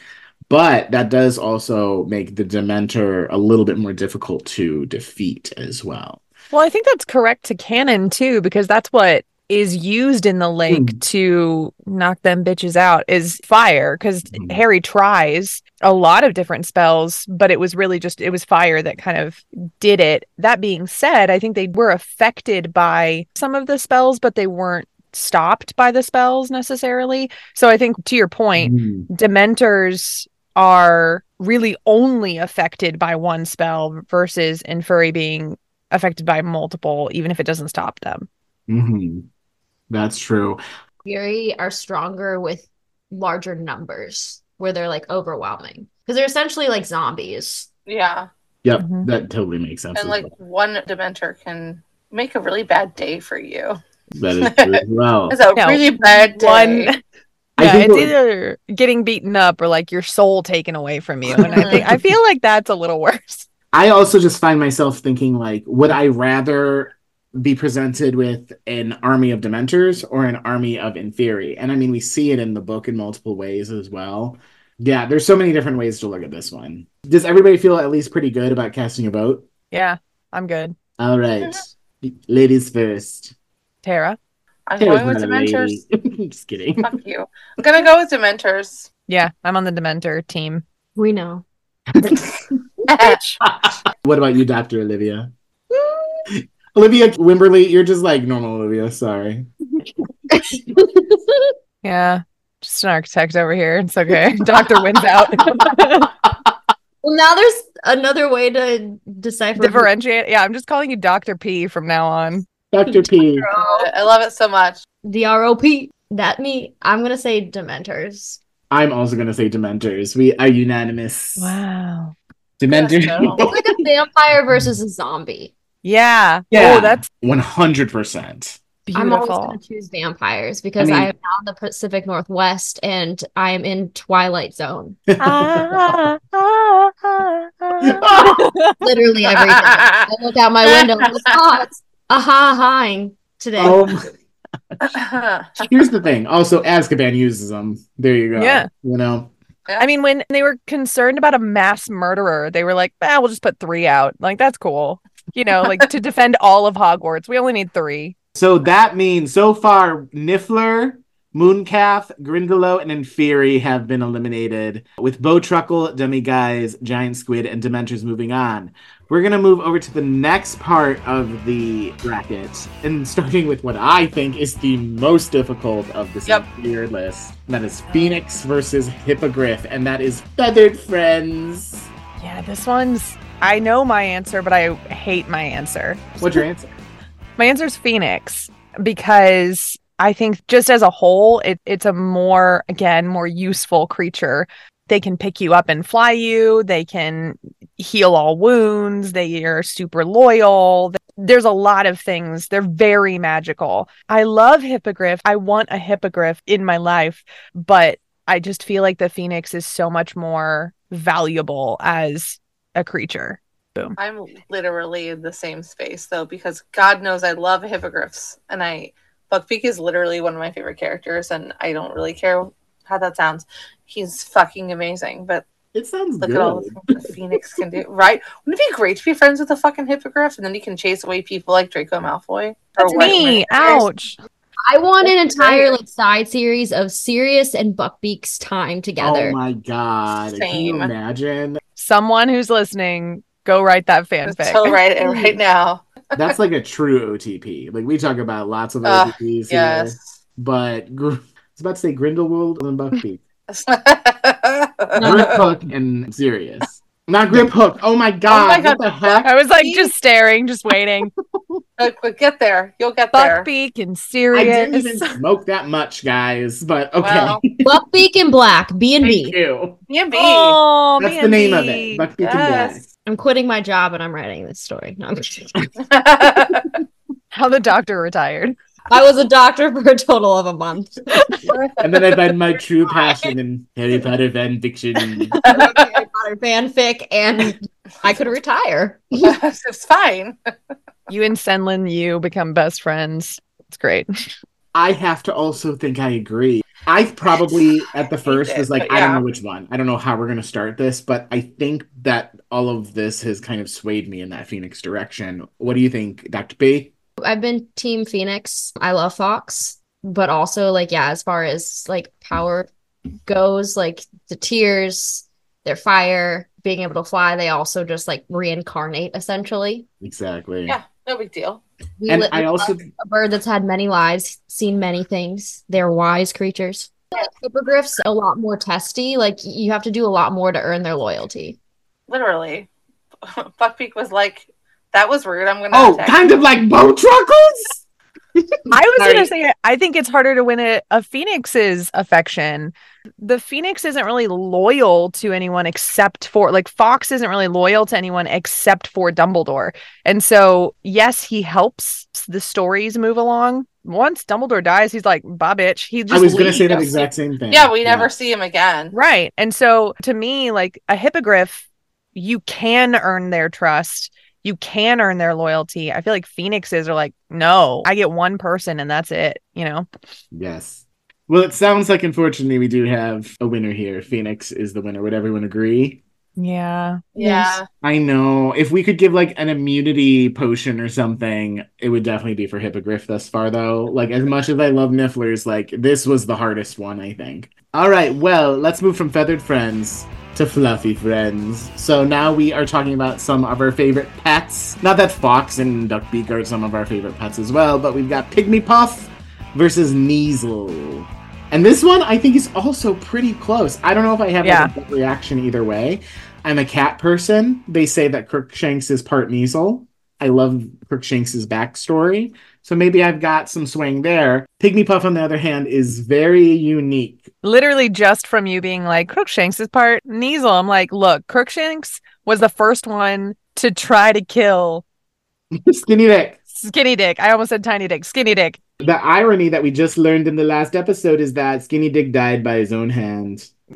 Speaker 2: But that does also make the Dementor a little bit more difficult to defeat as well.
Speaker 3: Well, I think that's correct to canon too, because that's what is used in the lake
Speaker 2: Mm.
Speaker 3: to knock them bitches out is fire. Because
Speaker 2: Mhm.
Speaker 3: Harry tries a lot of different spells, but it was really just it was fire that kind of did it. That being said, I think they were affected by some of the spells, but they weren't stopped by the spells necessarily. So I think to your point,
Speaker 2: Mm.
Speaker 3: Dementors are really only affected by one spell versus Infuri being affected by multiple, even if it doesn't stop them.
Speaker 2: Mhm. That's true.
Speaker 4: Fury are stronger with larger numbers where they're like overwhelming because they're essentially like zombies.
Speaker 1: yeah,
Speaker 2: Yep,
Speaker 3: Mhm.
Speaker 2: that totally makes sense.
Speaker 1: Mm-hmm. and
Speaker 2: as
Speaker 1: like
Speaker 2: well.
Speaker 1: one Dementor can make a really bad day for you. (laughs)
Speaker 2: that is true as well.
Speaker 1: It's a
Speaker 3: No.
Speaker 1: really bad day.
Speaker 3: One
Speaker 2: I
Speaker 3: Yeah,
Speaker 2: think
Speaker 3: it's
Speaker 2: it-
Speaker 3: either getting beaten up or like your soul taken away from you. And I think I feel like that's a little (laughs) worse.
Speaker 2: I also just find myself thinking like, would I rather be presented with an army of Dementors or an army of Inferi? And I mean, we see it in the book in multiple ways as well. Yeah, there's so many different ways to look at this one. Does everybody feel at least pretty good about casting a vote?
Speaker 3: Yeah, I'm good.
Speaker 2: All right, ladies first.
Speaker 3: Tara.
Speaker 1: I'm
Speaker 2: Tara's
Speaker 1: going with
Speaker 2: not a lady.
Speaker 1: Dementors.
Speaker 2: (laughs) just kidding.
Speaker 1: Fuck you. I'm gonna go with
Speaker 3: (laughs)
Speaker 1: Dementors.
Speaker 3: Yeah, I'm on the Dementor team.
Speaker 4: We know. (laughs)
Speaker 1: Bitch.
Speaker 2: what about you, Doctor
Speaker 3: (laughs)
Speaker 2: Olivia? Olivia Wimberly, you're just like normal Olivia. Sorry.
Speaker 3: Yeah. Just an architect over here. It's okay. Doctor wins out. (laughs)
Speaker 4: Well, now there's another way to decipher.
Speaker 3: Differentiate. Yeah, I'm just calling you Doctor P from now on.
Speaker 2: Doctor P.
Speaker 1: I love it so
Speaker 3: (laughs)
Speaker 1: much.
Speaker 4: D-R-O-P. That me. I'm gonna say (laughs) Dementors.
Speaker 2: I'm also gonna say Dementors. We are unanimous.
Speaker 3: Wow.
Speaker 2: Dementors.
Speaker 1: Yes,
Speaker 4: Like a vampire versus a zombie.
Speaker 3: Yeah.
Speaker 2: Yeah.
Speaker 3: Oh, that's
Speaker 2: (laughs) One hundred percent.
Speaker 3: beautiful.
Speaker 4: I'm always going to choose vampires because
Speaker 2: I
Speaker 4: I,
Speaker 2: mean-
Speaker 4: am now in the Pacific Northwest and I am in Twilight Zone
Speaker 3: Ah, ah, ah, ah.
Speaker 4: literally every day. (laughs) I look out my window. and it's hot. Aha, hawing today.
Speaker 2: Um, here's the thing. Also, Azkaban uses them. There you go.
Speaker 3: Yeah.
Speaker 2: You know.
Speaker 3: (laughs) I mean, when they were concerned about a mass murderer, they were like, ah, we'll just put three out. Like, that's cool. You know, like to
Speaker 4: (laughs)
Speaker 3: defend all of Hogwarts, we only need three.
Speaker 2: So that means so far, Niffler, Mooncalf, Grindelow, and Inferi have been eliminated, with Bow Truckle, Demiguise, Giant Squid, and Dementors moving on. We're going to move over to the next part of the bracket, and (laughs) starting with what I think is the most difficult of this
Speaker 1: Yep.
Speaker 2: entire list. and That is Phoenix versus Hippogriff, and that is Feathered Friends.
Speaker 3: Yeah, this one's, I know my answer, but I hate my answer.
Speaker 1: (laughs)
Speaker 2: What's your answer?
Speaker 3: My answer is Phoenix because I think just as a whole, it, it's a more, again, more useful creature. They can pick you up and fly you. They can heal all wounds. They are super loyal. There's a lot of things. They're very magical. I love hippogriff. I want a hippogriff in my life, but I just feel like the phoenix is so much more valuable as a creature.
Speaker 1: (laughs) I'm literally in the same space though, because God knows I love hippogriffs, and I Buckbeak is literally one of my favorite characters, and I don't really care how that sounds. He's fucking amazing, but
Speaker 2: It sounds
Speaker 1: look
Speaker 2: good.
Speaker 1: at all the things the Phoenix can do, right? Wouldn't it be great to be friends with a fucking hippogriff, and then you can chase away people like Draco Malfoy? Or
Speaker 3: That's
Speaker 1: White
Speaker 3: me.
Speaker 1: Ranger?
Speaker 3: Ouch.
Speaker 4: I want an entire like side series of Sirius and Buckbeak's time together.
Speaker 2: Oh my god. Can you
Speaker 1: Same.
Speaker 2: imagine?
Speaker 3: someone who's listening, go write that fanfic.
Speaker 1: So right,
Speaker 3: (laughs)
Speaker 1: right now,
Speaker 2: That's like a true OTP. Like we talk about lots of
Speaker 1: Ugh,
Speaker 2: OTPs here,
Speaker 1: yes.
Speaker 2: but gr- I was about to say Grindelwald and Buckbeak,
Speaker 1: (laughs)
Speaker 2: Grip
Speaker 1: I
Speaker 2: Hook and Sirius, not Grip Hook. Oh my god!
Speaker 1: God.
Speaker 2: What the heck?
Speaker 3: I was like just staring,
Speaker 2: (laughs)
Speaker 3: just waiting.
Speaker 1: But get there. You'll get there.
Speaker 3: Buckbeak and
Speaker 2: I didn't even
Speaker 3: Sirius.
Speaker 2: smoke that much, guys. But okay, (laughs)
Speaker 1: Well,
Speaker 4: Buckbeak and Black, B and
Speaker 2: thank
Speaker 4: B.
Speaker 2: you.
Speaker 1: you be.
Speaker 3: Oh,
Speaker 2: That's the name of it.
Speaker 3: Mandy.
Speaker 2: Buckbeak and Black.
Speaker 1: Yes.
Speaker 4: I'm quitting my job and I'm writing this story. No, I'm just kidding.
Speaker 3: How the doctor retired.
Speaker 4: I was a doctor for a total of a month. (laughs)
Speaker 2: And then I find my true passion in Harry Potter fan fiction.
Speaker 4: I wrote Harry Potter fanfic and I could retire.
Speaker 1: (laughs)
Speaker 4: (laughs)
Speaker 1: it's fine.
Speaker 3: You and Senlin, you become best friends. It's great.
Speaker 2: I have to also think I agree. I probably
Speaker 1: (laughs)
Speaker 2: at the first
Speaker 1: it,
Speaker 2: was like,
Speaker 1: but
Speaker 2: I don't
Speaker 1: yeah.
Speaker 2: know which one. I don't know how we're going to start this, but I think that all of this has kind of swayed me in that Phoenix direction. What do you think, Dr. B?
Speaker 4: I've been Team Phoenix. I love Fox, but also like yeah, as far as like power goes, like the tears, their fire, being able to fly, they also just like reincarnate essentially.
Speaker 2: Exactly.
Speaker 1: Yeah, no big deal.
Speaker 4: We
Speaker 2: And
Speaker 4: li-
Speaker 2: I also,
Speaker 4: a bird that's had many lives, seen many things. They're wise creatures. Like, hippogriffs a lot more testy. Like you have to do a lot more to earn their loyalty.
Speaker 1: Literally, (laughs) Buckbeak was like, "That was rude. I'm gonna."
Speaker 2: oh,
Speaker 1: attack
Speaker 2: kind of like bow truckles?
Speaker 3: I was
Speaker 1: Sorry.
Speaker 3: gonna say I think it's harder to win a, a phoenix's affection. The phoenix isn't really loyal to anyone except for like Fox isn't really loyal to anyone except for Dumbledore. And so yes, he helps the stories move along. Once Dumbledore dies, he's like, "Bah, bitch." He just
Speaker 2: I was going to
Speaker 3: leaves.
Speaker 2: say that exact same thing.
Speaker 1: Yeah, we never see him again.
Speaker 3: Right. And so to me, like a hippogriff, you can earn their trust. You can earn their loyalty. I feel like phoenixes are like, no, I get one person and that's it, you know?
Speaker 2: Yes. Well, it sounds like unfortunately we do have a winner here. Phoenix is the winner. Would everyone agree?
Speaker 3: Yeah.
Speaker 1: Yeah.
Speaker 2: I know. If we could give like an immunity potion or something, it would definitely be for Hippogriff thus far, though. Like, as much as I love Nifflers, like, this was the hardest one, I think. All right, well, let's move from feathered friends to fluffy friends. So now we are talking about some of our favorite pets. Not that Fox and Duckbeak are some of our favorite pets as well, but we've got Pygmy Puff versus Neasel. And this one I think is also pretty close. I don't know if I have
Speaker 3: Yeah.
Speaker 2: like, a gut reaction either way. I'm a cat person. They say that Crookshanks is part Measle. I love Crookshanks' backstory. So maybe I've got some swing there. Pygmy Puff, on the other hand, is very unique.
Speaker 3: Literally just from you being like, Crookshanks is part Neasel. I'm like, look, Crookshanks was the first one to try to kill
Speaker 2: Skinny Dick.
Speaker 3: Skinny Dick. I almost said Tiny Dick, Skinny Dick.
Speaker 2: The irony that we just learned in the last episode is that Skinny Dick died by his own hand.
Speaker 4: (laughs)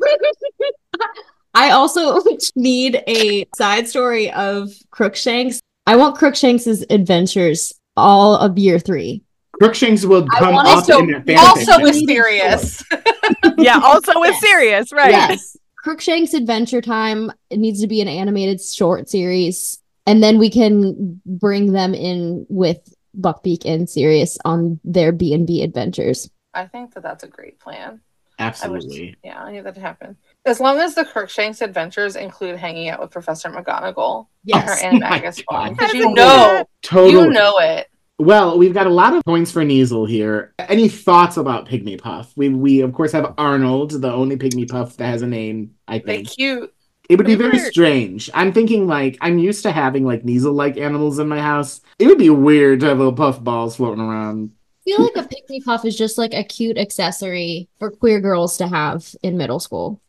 Speaker 4: I also (laughs) need a side story of Crookshanks. I want Crookshanks' adventures all of year three.
Speaker 2: Crookshanks will come
Speaker 4: want
Speaker 2: up
Speaker 1: also-
Speaker 2: in that fan
Speaker 1: Also
Speaker 2: fiction.
Speaker 1: mysterious.
Speaker 4: (laughs)
Speaker 3: Yeah. Also with
Speaker 4: Yes.
Speaker 3: Sirius, right?
Speaker 4: Yes. Crookshanks Adventure Time. It needs to be an animated short series. And then we can bring them in with Buckbeak and Sirius on their B and B adventures.
Speaker 1: (laughs) I think that that's a great plan. I wish-
Speaker 2: Absolutely.
Speaker 1: yeah, I knew that happen. As long as the Crookshanks adventures include hanging out with Professor McGonagall in her
Speaker 4: Yes.
Speaker 1: animagus
Speaker 2: Oh my
Speaker 1: form,
Speaker 2: God.
Speaker 1: because
Speaker 3: How
Speaker 1: you
Speaker 3: does that
Speaker 1: know,
Speaker 2: Totally.
Speaker 1: you know it.
Speaker 2: Well, we've got a lot of points for Neasel here. Any thoughts about Pygmy Puff? We, we of course have Arnold, the only Pygmy Puff that has a name. I
Speaker 1: They
Speaker 2: think
Speaker 1: cute.
Speaker 2: it would be very
Speaker 3: Weird.
Speaker 2: strange. I'm thinking like I'm used to having like Neasel-like animals in my house. It would be weird to have little puff balls floating
Speaker 1: (laughs)
Speaker 2: around.
Speaker 4: I feel like a Pickney Puff is just like a cute accessory for queer girls to have in middle school.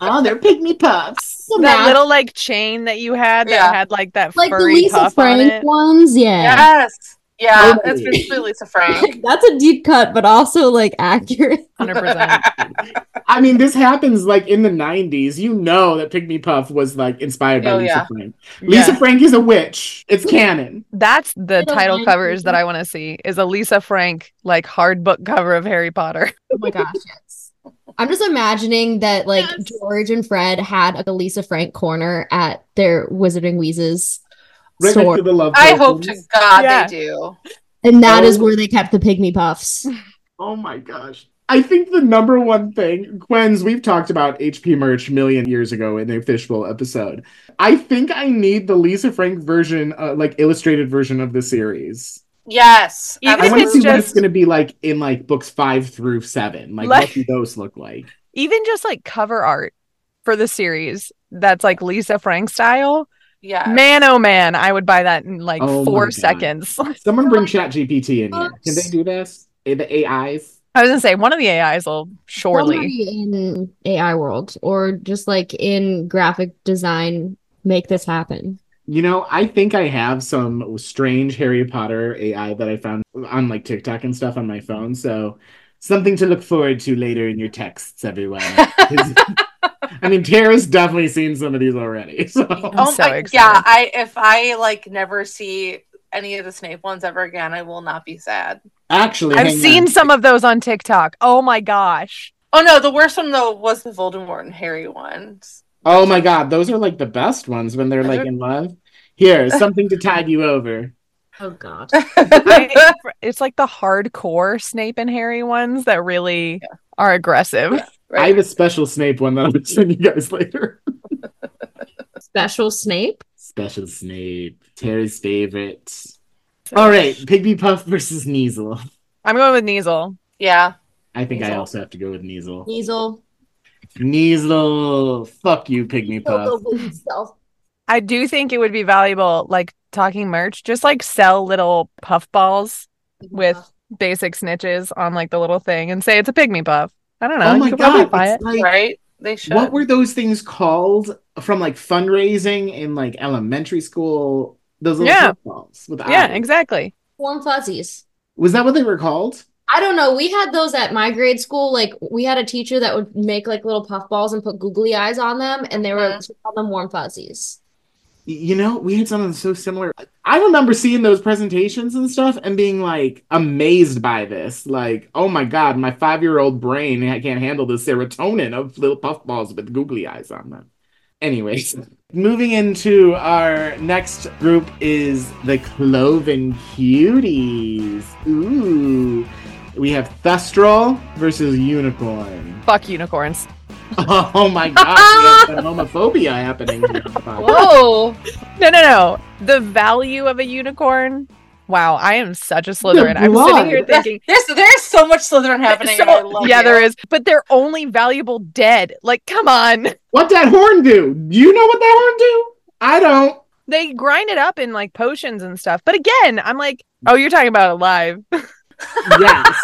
Speaker 2: oh, they're Pygmy Puffs.
Speaker 3: That little like chain that you had that
Speaker 1: Yeah.
Speaker 3: had like that
Speaker 4: like the
Speaker 3: furry
Speaker 4: Lisa
Speaker 3: puff on it.
Speaker 4: Frank ones, yeah.
Speaker 1: yes. Yeah,
Speaker 2: Totally.
Speaker 1: it's basically Lisa
Speaker 3: (laughs)
Speaker 1: Frank.
Speaker 4: (laughs) That's a deep cut, but also like accurate.
Speaker 3: Hundred
Speaker 4: (laughs)
Speaker 3: percent.
Speaker 2: I mean, this happens like in the '90s. You know that Pygmy Puff was like inspired by
Speaker 1: Oh,
Speaker 2: Lisa
Speaker 1: yeah.
Speaker 2: Frank. Lisa Frank is a witch. It's canon.
Speaker 3: That's the
Speaker 4: Little
Speaker 3: title
Speaker 4: mind
Speaker 3: covers that
Speaker 4: reading.
Speaker 3: I want to see is a Lisa Frank like hard book cover of Harry Potter. (laughs)
Speaker 4: Oh my gosh, yes. I'm just imagining that like
Speaker 1: Yes.
Speaker 4: George and Fred had a Lisa Frank corner at their Wizarding Wheezes
Speaker 2: Right next
Speaker 4: store.
Speaker 2: to the love.
Speaker 1: I hope to
Speaker 2: potions.
Speaker 1: God
Speaker 3: Yeah.
Speaker 1: they do.
Speaker 4: and that is
Speaker 2: Oh.
Speaker 4: where they kept the pygmy puffs.
Speaker 2: Oh my gosh. I think the number one thing, Quenz, we've talked about HP merch million years ago in a fishbowl episode. I think I need the Lisa Frank version, uh, like illustrated version of the series.
Speaker 1: Yes.
Speaker 3: Even
Speaker 2: I
Speaker 3: if
Speaker 2: want to
Speaker 3: it's
Speaker 2: see what
Speaker 3: just-
Speaker 2: it's going to be like in like books five through seven. Like,
Speaker 3: Like-
Speaker 2: what do those look like?
Speaker 3: Even just like cover art for the series that's like Lisa Frank style.
Speaker 1: yeah.
Speaker 3: Man, oh man, I would buy that in like
Speaker 2: Oh my
Speaker 3: four
Speaker 2: God.
Speaker 3: seconds. (laughs)
Speaker 2: Someone bring ChatGPT in here. Can they do this? Eh, The AIs?
Speaker 3: I was gonna say one of the AIs will surely.
Speaker 4: Somebody in AI world or just like in graphic design, make this happen.
Speaker 2: You know, I think I have some strange Harry Potter AI that I found on like TikTok and stuff on my phone. So something to look forward to later in your texts,
Speaker 3: (laughs)
Speaker 2: everyone. 'Cause- I mean, Tara's definitely seen some of these already. (laughs) So
Speaker 3: I'm so excited.
Speaker 1: oh Yeah, I if I like never see any of the Snape ones ever again, I will not be sad.
Speaker 2: actually,
Speaker 3: I've
Speaker 2: hang
Speaker 3: seen
Speaker 2: on.
Speaker 3: some of those on TikTok. Oh my gosh.
Speaker 1: Oh no, the worst one though was the Voldemort and Harry ones.
Speaker 2: Oh my God, those are like the best ones when they're like in love. Here,
Speaker 3: (laughs)
Speaker 2: something to tide you over.
Speaker 4: Oh god.
Speaker 2: (laughs)
Speaker 3: I- it's like the hardcore Snape and Harry ones that really are aggressive.
Speaker 2: I
Speaker 1: Right?
Speaker 2: have a special Snape one that I'll send you guys (laughs) later.
Speaker 4: Special Snape.
Speaker 2: Special Snape, Tara's favorite. All right, Piggy Puff versus Neasel.
Speaker 3: I'm going with Neasel.
Speaker 1: Yeah.
Speaker 2: I think I
Speaker 4: Neasel.
Speaker 2: also have to go with Neasel.
Speaker 4: Weasel.
Speaker 2: Neasel, fuck you, Pygmy Puff.
Speaker 3: I do think it would be valuable, like talking merch, just like sell little puff balls with basic snitches on like the little thing and say it's a pygmy buff. I don't know.
Speaker 2: oh
Speaker 3: you
Speaker 2: my
Speaker 3: could probably
Speaker 2: god!
Speaker 3: buy
Speaker 2: it's
Speaker 3: it.
Speaker 2: like-
Speaker 1: right? They should.
Speaker 2: what were those things called from like fundraising in like elementary school? Those little
Speaker 3: Yeah.
Speaker 2: footballs with
Speaker 3: Yeah,
Speaker 2: eyes.
Speaker 3: exactly.
Speaker 4: Warm fuzzies.
Speaker 2: Was that what they were called?
Speaker 4: I don't know. We had those at my grade school. Like we had a teacher that would make like little puff balls and put googly eyes on them, and they were
Speaker 1: Mhm.
Speaker 4: she called them warm fuzzies.
Speaker 2: Y- You know, we had something so similar. I remember seeing those presentations and stuff and being like amazed by this. Like, oh my god, my five-year-old brain I can't handle the serotonin of little puffballs with googly eyes on them. Anyways, (laughs) moving into our next group is the Cloven Cuties. Ooh. We have Thestral versus Unicorn. (laughs)
Speaker 3: Fuck unicorns.
Speaker 2: Oh my god, we have some homophobia happening here. on the podcast.
Speaker 3: Oh.
Speaker 1: Whoa!
Speaker 3: (laughs) No, no, no. The value of a unicorn. Wow, I am such a Slytherin. I'm
Speaker 2: blood.
Speaker 3: sitting (laughs) here thinking
Speaker 1: There's there's so much Slytherin happening.
Speaker 3: So-
Speaker 1: and I love
Speaker 3: yeah,
Speaker 1: it.
Speaker 3: there is. But they're only valuable dead. Like, come on. (laughs)
Speaker 2: What that horn do? Do You know what that horn do? I don't.
Speaker 3: They grind it up in like potions and stuff. But again, I'm like, oh, you're talking about alive.
Speaker 2: Yes.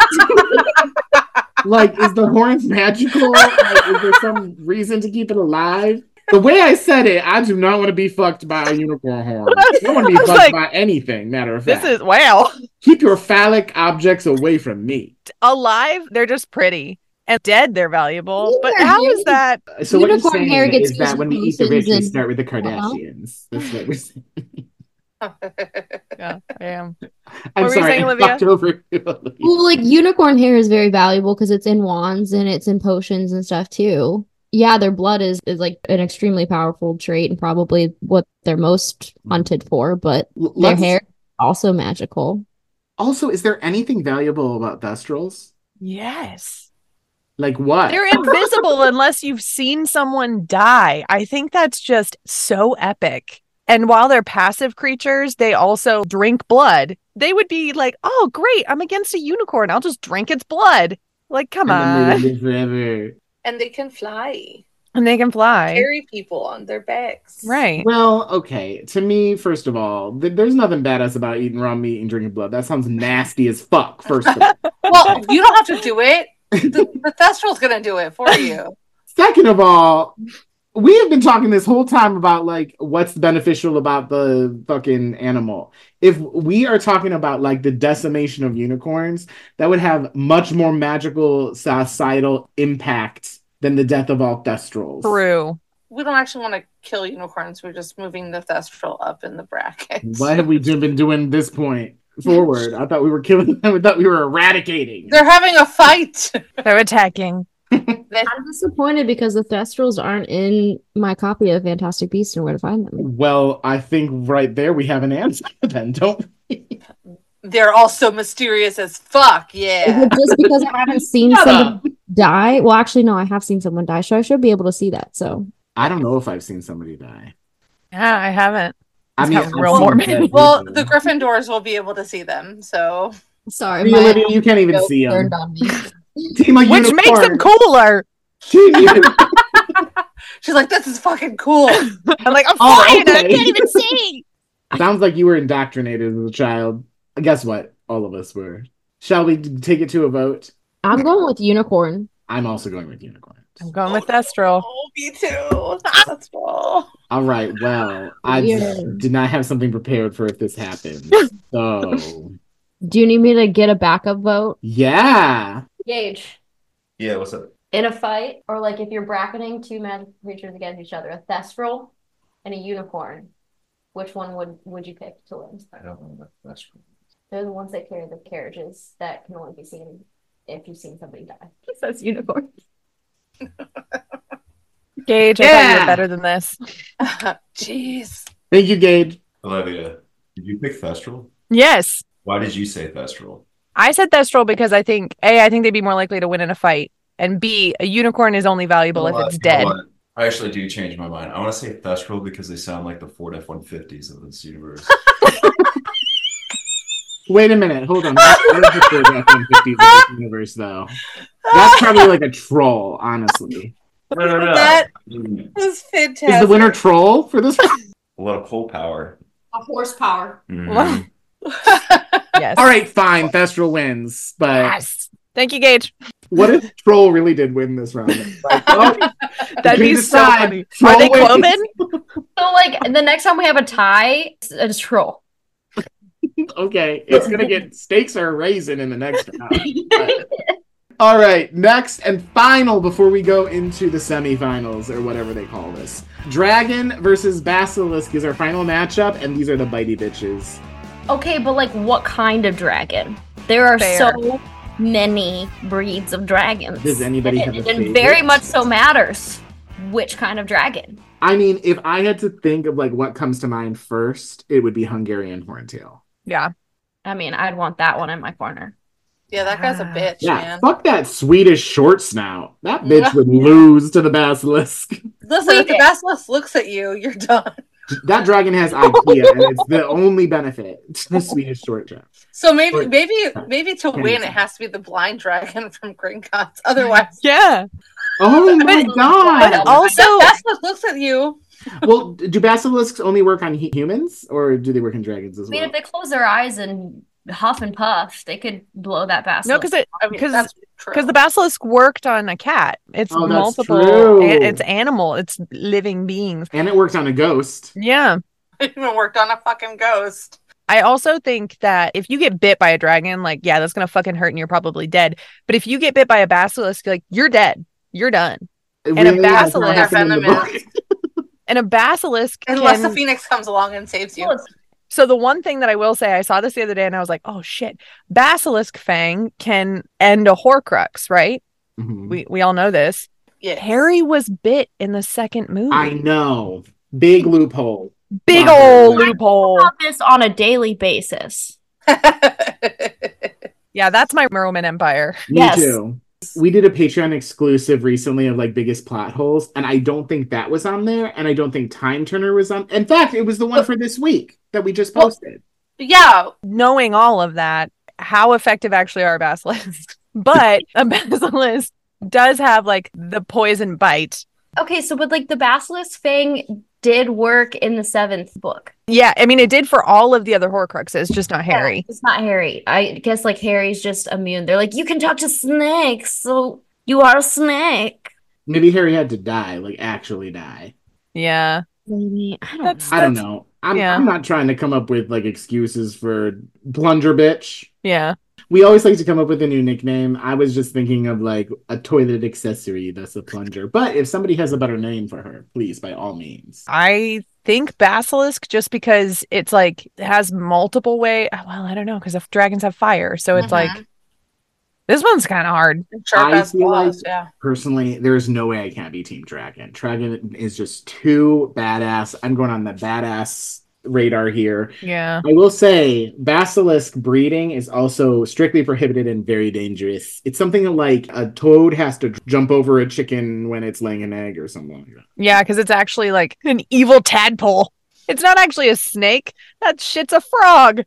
Speaker 2: (laughs) like, is the horn magical? Like, is there some reason to keep it alive? The way I said it, I do not want to be fucked by a unicorn horn. I don't want to be
Speaker 3: (laughs) I was
Speaker 2: fucked by
Speaker 3: like,
Speaker 2: anything. Matter of fact,
Speaker 3: This is wow.
Speaker 2: keep your phallic objects away from me.
Speaker 3: Alive, they're just pretty. And dead, they're valuable. But
Speaker 4: Yeah,
Speaker 3: how
Speaker 4: yeah.
Speaker 3: is (laughs) that?
Speaker 2: So what you're
Speaker 4: Unicorn
Speaker 2: saying
Speaker 4: hair gets
Speaker 2: is that
Speaker 4: used
Speaker 2: when we
Speaker 4: in
Speaker 2: eat the rich, we
Speaker 4: potions and-
Speaker 2: start with the
Speaker 3: Uh-huh.
Speaker 2: Kardashians. That's what we're saying.
Speaker 3: Yeah, I am.
Speaker 2: I'm
Speaker 3: were you
Speaker 2: sorry,
Speaker 3: saying,
Speaker 2: I
Speaker 3: Olivia?
Speaker 2: fucked over you, Olivia.
Speaker 4: Well, like unicorn hair is very valuable because it's in wands and it's in potions and stuff too. Yeah, their blood is is like an extremely powerful trait and probably what they're most hunted for, but
Speaker 2: L-
Speaker 4: their
Speaker 2: let's-
Speaker 4: hair also magical.
Speaker 2: Also, is there anything valuable about Thestrals?
Speaker 3: Yes.
Speaker 2: Like what?
Speaker 3: They're invisible unless you've seen someone die. I think that's just so epic. And while they're passive creatures, they also drink blood. They would be like, oh, great, I'm against a unicorn. I'll just drink its blood. Like, come
Speaker 2: And then
Speaker 3: on.
Speaker 2: they live forever.
Speaker 1: (laughs) and they can fly,
Speaker 3: And they can fly.
Speaker 1: carry people on their backs.
Speaker 3: Right.
Speaker 2: Well, okay. To me, first of all, th- there's nothing badass about eating raw meat and drinking blood. That sounds nasty as fuck. First of all.
Speaker 1: Well, you don't have to do it. The, the Thestral's gonna do it for you.
Speaker 2: Second of all, we have been talking this whole time about like what's beneficial about the fucking animal. If we are talking about like the decimation of unicorns, that would have much more magical societal impact than the death of all Thestrals.
Speaker 3: True.
Speaker 1: We don't actually want to kill unicorns. We're just moving the Thestral up in the bracket.
Speaker 2: Why have we do- been doing this point forward? I thought we were killing them. I thought we were eradicating.
Speaker 1: They're having a fight.
Speaker 3: They're attacking.
Speaker 4: I'm disappointed because the Thestrals aren't in my copy of Fantastic Beasts and Where to Find Them.
Speaker 2: Well, I think right there we have an answer. (laughs) Then don't.
Speaker 1: They're all so mysterious as fuck.
Speaker 4: Is
Speaker 1: Yeah.
Speaker 4: it just because I haven't seen
Speaker 2: Shut
Speaker 4: someone
Speaker 2: up.
Speaker 4: die? Well, actually, no, I have seen someone die, so I should be able to see that. So
Speaker 2: I don't know if I've seen somebody die.
Speaker 3: Yeah, I haven't.
Speaker 2: I
Speaker 3: That's
Speaker 2: mean,
Speaker 3: how
Speaker 2: I've
Speaker 3: real
Speaker 2: seen
Speaker 3: Mormon-
Speaker 2: dead
Speaker 1: Well,
Speaker 2: people.
Speaker 1: the Gryffindors will be able to see them. So
Speaker 4: sorry,
Speaker 2: See,
Speaker 4: my
Speaker 2: Olivia, you can't even
Speaker 4: joke
Speaker 2: see them.
Speaker 4: turned on me.
Speaker 2: Team like
Speaker 3: Which makes them
Speaker 2: unicorn.
Speaker 3: cooler.
Speaker 2: Team uni-
Speaker 1: she's like, "This is fucking
Speaker 4: (laughs)
Speaker 1: cool."
Speaker 3: I'm like, I'm
Speaker 2: Oh,
Speaker 3: flying and I
Speaker 2: okay.
Speaker 3: can't even see.
Speaker 2: (laughs) Sounds like you were indoctrinated as a child. Guess what? All of us were. Shall we take it to a vote?
Speaker 4: I'm going with unicorn.
Speaker 2: I'm also going with unicorn.
Speaker 3: I'm going with Thestral.
Speaker 1: Oh, me too. That's cool. (laughs)
Speaker 2: All right. Well, I
Speaker 4: Yeah.
Speaker 2: did not have something prepared for if this happens. So,
Speaker 4: Do you need me to get a backup vote?
Speaker 2: yeah.
Speaker 4: Gage,
Speaker 5: Yeah, what's up?
Speaker 4: in a fight, or like if you're bracketing two magic creatures against each other, a Thestral and a unicorn, which one would would you pick to win?
Speaker 5: I don't know. That, that's
Speaker 4: They're the ones that carry the carriages that can only be seen if you've seen somebody die. He says unicorn.
Speaker 3: Gage, I thought you
Speaker 2: Yeah.
Speaker 3: were better than this.
Speaker 1: Jeez.
Speaker 2: Thank you, Gage.
Speaker 5: Olivia, did you pick Thestral?
Speaker 3: Yes.
Speaker 5: Why did you say Thestral?
Speaker 3: I said Thestral because I think A, I think they'd be more likely to win in a fight. And B, a unicorn is only valuable
Speaker 5: You know
Speaker 3: if
Speaker 5: what?
Speaker 3: it's
Speaker 5: You know
Speaker 3: dead.
Speaker 5: what? I actually do change my mind. I want to say Thestral because they sound like the Ford F-150s of
Speaker 3: (laughs)
Speaker 5: this universe.
Speaker 2: Wait a minute. Hold on. That's the
Speaker 3: (laughs)
Speaker 2: universe, though. That's probably like a troll, honestly.
Speaker 5: no, no, no.
Speaker 1: That-
Speaker 5: I mean,
Speaker 1: was fantastic.
Speaker 2: Is the winner troll for this?
Speaker 5: a lot of coal power.
Speaker 4: A horsepower.
Speaker 5: Mhm.
Speaker 3: Yes.
Speaker 2: All right, fine. Thestral wins, but
Speaker 3: Yes. Thank you, Gage.
Speaker 2: what if Troll really did win this
Speaker 3: (laughs)
Speaker 2: round? Like, oh,
Speaker 3: That'd
Speaker 2: you
Speaker 3: be so
Speaker 2: decide.
Speaker 3: funny.
Speaker 2: Troll
Speaker 3: Are they
Speaker 2: wins.
Speaker 3: Cloven?
Speaker 6: So like the next time we have a tie, it's a troll.
Speaker 2: Okay, it's gonna get stakes or a raisin in the next round. but- (laughs) All right, next and final before we go into the semifinals or whatever they call this. Dragon versus Basilisk is our final matchup, and these are the bitey bitches.
Speaker 6: Okay, but like what kind of dragon? There are
Speaker 3: Fair.
Speaker 6: so many breeds of dragons.
Speaker 2: Does anybody have
Speaker 6: and,
Speaker 2: a
Speaker 6: it
Speaker 2: favorite?
Speaker 6: very much so matters which kind of dragon.
Speaker 2: I mean, if I had to think of like what comes to mind first, it would be Hungarian Horntail.
Speaker 3: Yeah.
Speaker 6: I mean, I'd want that one in my corner.
Speaker 1: Yeah, that guy's a
Speaker 4: Ah.
Speaker 1: bitch,
Speaker 2: Yeah,
Speaker 1: man.
Speaker 2: fuck that Swedish short snout. That bitch
Speaker 1: Yeah.
Speaker 2: would lose to the basilisk. (laughs)
Speaker 1: Listen, if the
Speaker 6: Wait.
Speaker 1: basilisk looks at you, you're done.
Speaker 2: That dragon has IKEA, and it's the only benefit. The Swedish short snout.
Speaker 1: So maybe,
Speaker 2: Wait.
Speaker 1: maybe, maybe to
Speaker 2: Hmm.
Speaker 1: win, it has to be the blind dragon (laughs) from Gringotts. Otherwise,
Speaker 3: Yeah.
Speaker 2: Oh my
Speaker 6: But-
Speaker 2: god!
Speaker 3: But
Speaker 1: (laughs)
Speaker 3: also,
Speaker 1: the basilisk looks at you.
Speaker 2: well, do basilisks only work on hu- humans, or do they work on dragons as
Speaker 6: I mean,
Speaker 2: well?
Speaker 6: if they close their eyes and huff and puff, they could blow that basilisk.
Speaker 3: no, because it
Speaker 1: I mean,
Speaker 3: 'Cause-
Speaker 1: that's true.
Speaker 3: because the basilisk worked on a cat. It's
Speaker 2: Oh, that's
Speaker 3: multiple.
Speaker 2: true.
Speaker 3: It, it's animal. It's living beings.
Speaker 2: And it works on a ghost.
Speaker 3: Yeah.
Speaker 1: (laughs) it even worked on a fucking ghost.
Speaker 3: I also think that if you get bit by a dragon, like, yeah, that's gonna fucking hurt and you're probably dead. But if you get bit by a basilisk, like, you're dead. You're done.
Speaker 2: And
Speaker 3: a
Speaker 2: that's not
Speaker 3: basilisk.
Speaker 2: happening in the book.
Speaker 1: Venomous.
Speaker 3: And a basilisk
Speaker 1: Unless the
Speaker 3: can-
Speaker 1: phoenix comes along and saves you.
Speaker 6: Well, it's-
Speaker 3: so the one thing that I will say, I saw this the other day and I was like, oh shit, basilisk fang can end a horcrux, right?
Speaker 2: (laughs) Mhm.
Speaker 3: We we all know this.
Speaker 1: Yes.
Speaker 3: Harry was bit in the second movie.
Speaker 2: I know. Big loophole.
Speaker 3: Big
Speaker 2: Wow.
Speaker 3: old
Speaker 2: I-
Speaker 3: loophole.
Speaker 6: about this on a daily basis.
Speaker 3: Yeah, that's my Roman Empire.
Speaker 2: Me
Speaker 6: Yes.
Speaker 2: too. We did a Patreon exclusive recently of like biggest plot holes, and I don't think that was on there, and I don't think Time Turner was on. In fact, it was the one for this week that we just
Speaker 1: Well-
Speaker 2: posted.
Speaker 1: (laughs) yeah,
Speaker 3: knowing all of that, how effective actually are basilisks? (laughs) But a basilisk does have like the poison bite.
Speaker 6: Okay, so but like the basilisk thing did work in the seventh book.
Speaker 3: Yeah, I mean it did for all of the other Horcruxes, just not Harry.
Speaker 6: It's not Harry. I guess like Harry's just immune. They're like, you can talk to snakes, so you are a snake.
Speaker 2: Maybe Harry had to die, like actually die.
Speaker 3: Yeah,
Speaker 6: Maybe I don't
Speaker 3: That's-
Speaker 6: know.
Speaker 2: I don't know. I'm,
Speaker 3: yeah.
Speaker 2: I'm not trying to come up with like excuses for plunger bitch.
Speaker 3: yeah.
Speaker 2: We always like to come up with a new nickname. I was just thinking of like a toilet accessory that's a plunger. But if somebody has a better name for her, please, by all means.
Speaker 3: I think basilisk just because it's like has multiple way. Well, I don't know because if dragons have fire, so it's
Speaker 1: Mhm.
Speaker 3: like this one's kind of hard.
Speaker 1: sharp
Speaker 2: I
Speaker 1: as
Speaker 2: feel like-
Speaker 1: claws. Yeah.
Speaker 2: Personally, there's no way I can't be Team Dragon. Dragon is just too badass. I'm going on the badass radar here.
Speaker 3: Yeah,
Speaker 2: I will say basilisk breeding is also strictly prohibited and very dangerous. It's something like a toad has to jump over a chicken when it's laying an egg or something like that.
Speaker 3: yeah, because it's actually like an evil tadpole. It's not actually a snake. That shit's a frog.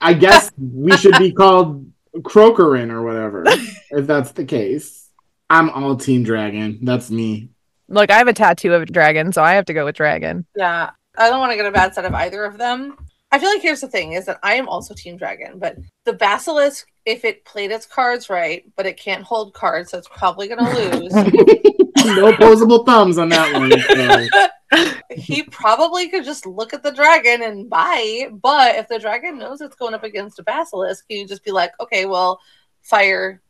Speaker 2: I guess we
Speaker 1: (laughs)
Speaker 2: should be called Crokerin or whatever, if that's the case. I'm all Team Dragon.
Speaker 1: (laughs)
Speaker 2: That's me.
Speaker 3: Look, I have a tattoo of a dragon, so I have to go with dragon.
Speaker 1: Yeah. I don't want to get a bad set of either of them. I feel like here's the thing is that I am also Team Dragon, but the Basilisk, if it played its cards right, but it can't hold cards, so it's probably going to lose.
Speaker 3: (laughs)
Speaker 2: no opposable thumbs on that one. so-
Speaker 1: he probably could just look at the dragon and buy. But if the dragon knows it's going up against a basilisk, you just be like, okay, well, fire,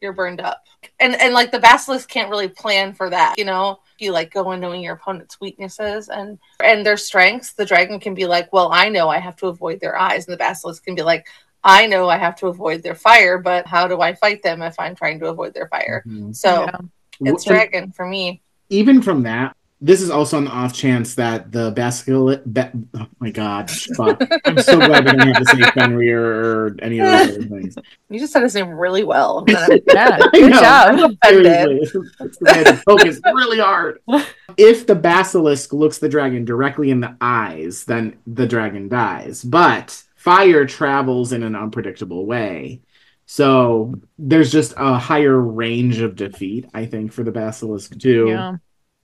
Speaker 1: you're burned up. And and like the basilisk can't really plan for that, you know. You like go in knowing your opponent's weaknesses and and their strengths. The dragon can be like, well, I know I have to avoid their eyes, and the basilisk can be like, I know I have to avoid their fire, but how do I fight them if I'm trying to avoid their fire? So
Speaker 3: Yeah.
Speaker 1: it's
Speaker 2: And-
Speaker 1: dragon for me.
Speaker 2: even from that, this is also an off chance that the basilisk. Ba- oh my god, fuck. I'm so glad we didn't have to say Fenrir or any of those other things.
Speaker 1: You just said his name really well. And then I'm
Speaker 3: Yeah,
Speaker 2: I
Speaker 3: good
Speaker 2: know.
Speaker 3: job.
Speaker 2: Seriously,
Speaker 3: (laughs)
Speaker 2: it's- I had to focus really hard. If the basilisk looks the dragon directly in the eyes, then the dragon dies. But fire travels in an unpredictable way. So there's just a higher range of defeat, I think, for the basilisk too.
Speaker 3: Yeah.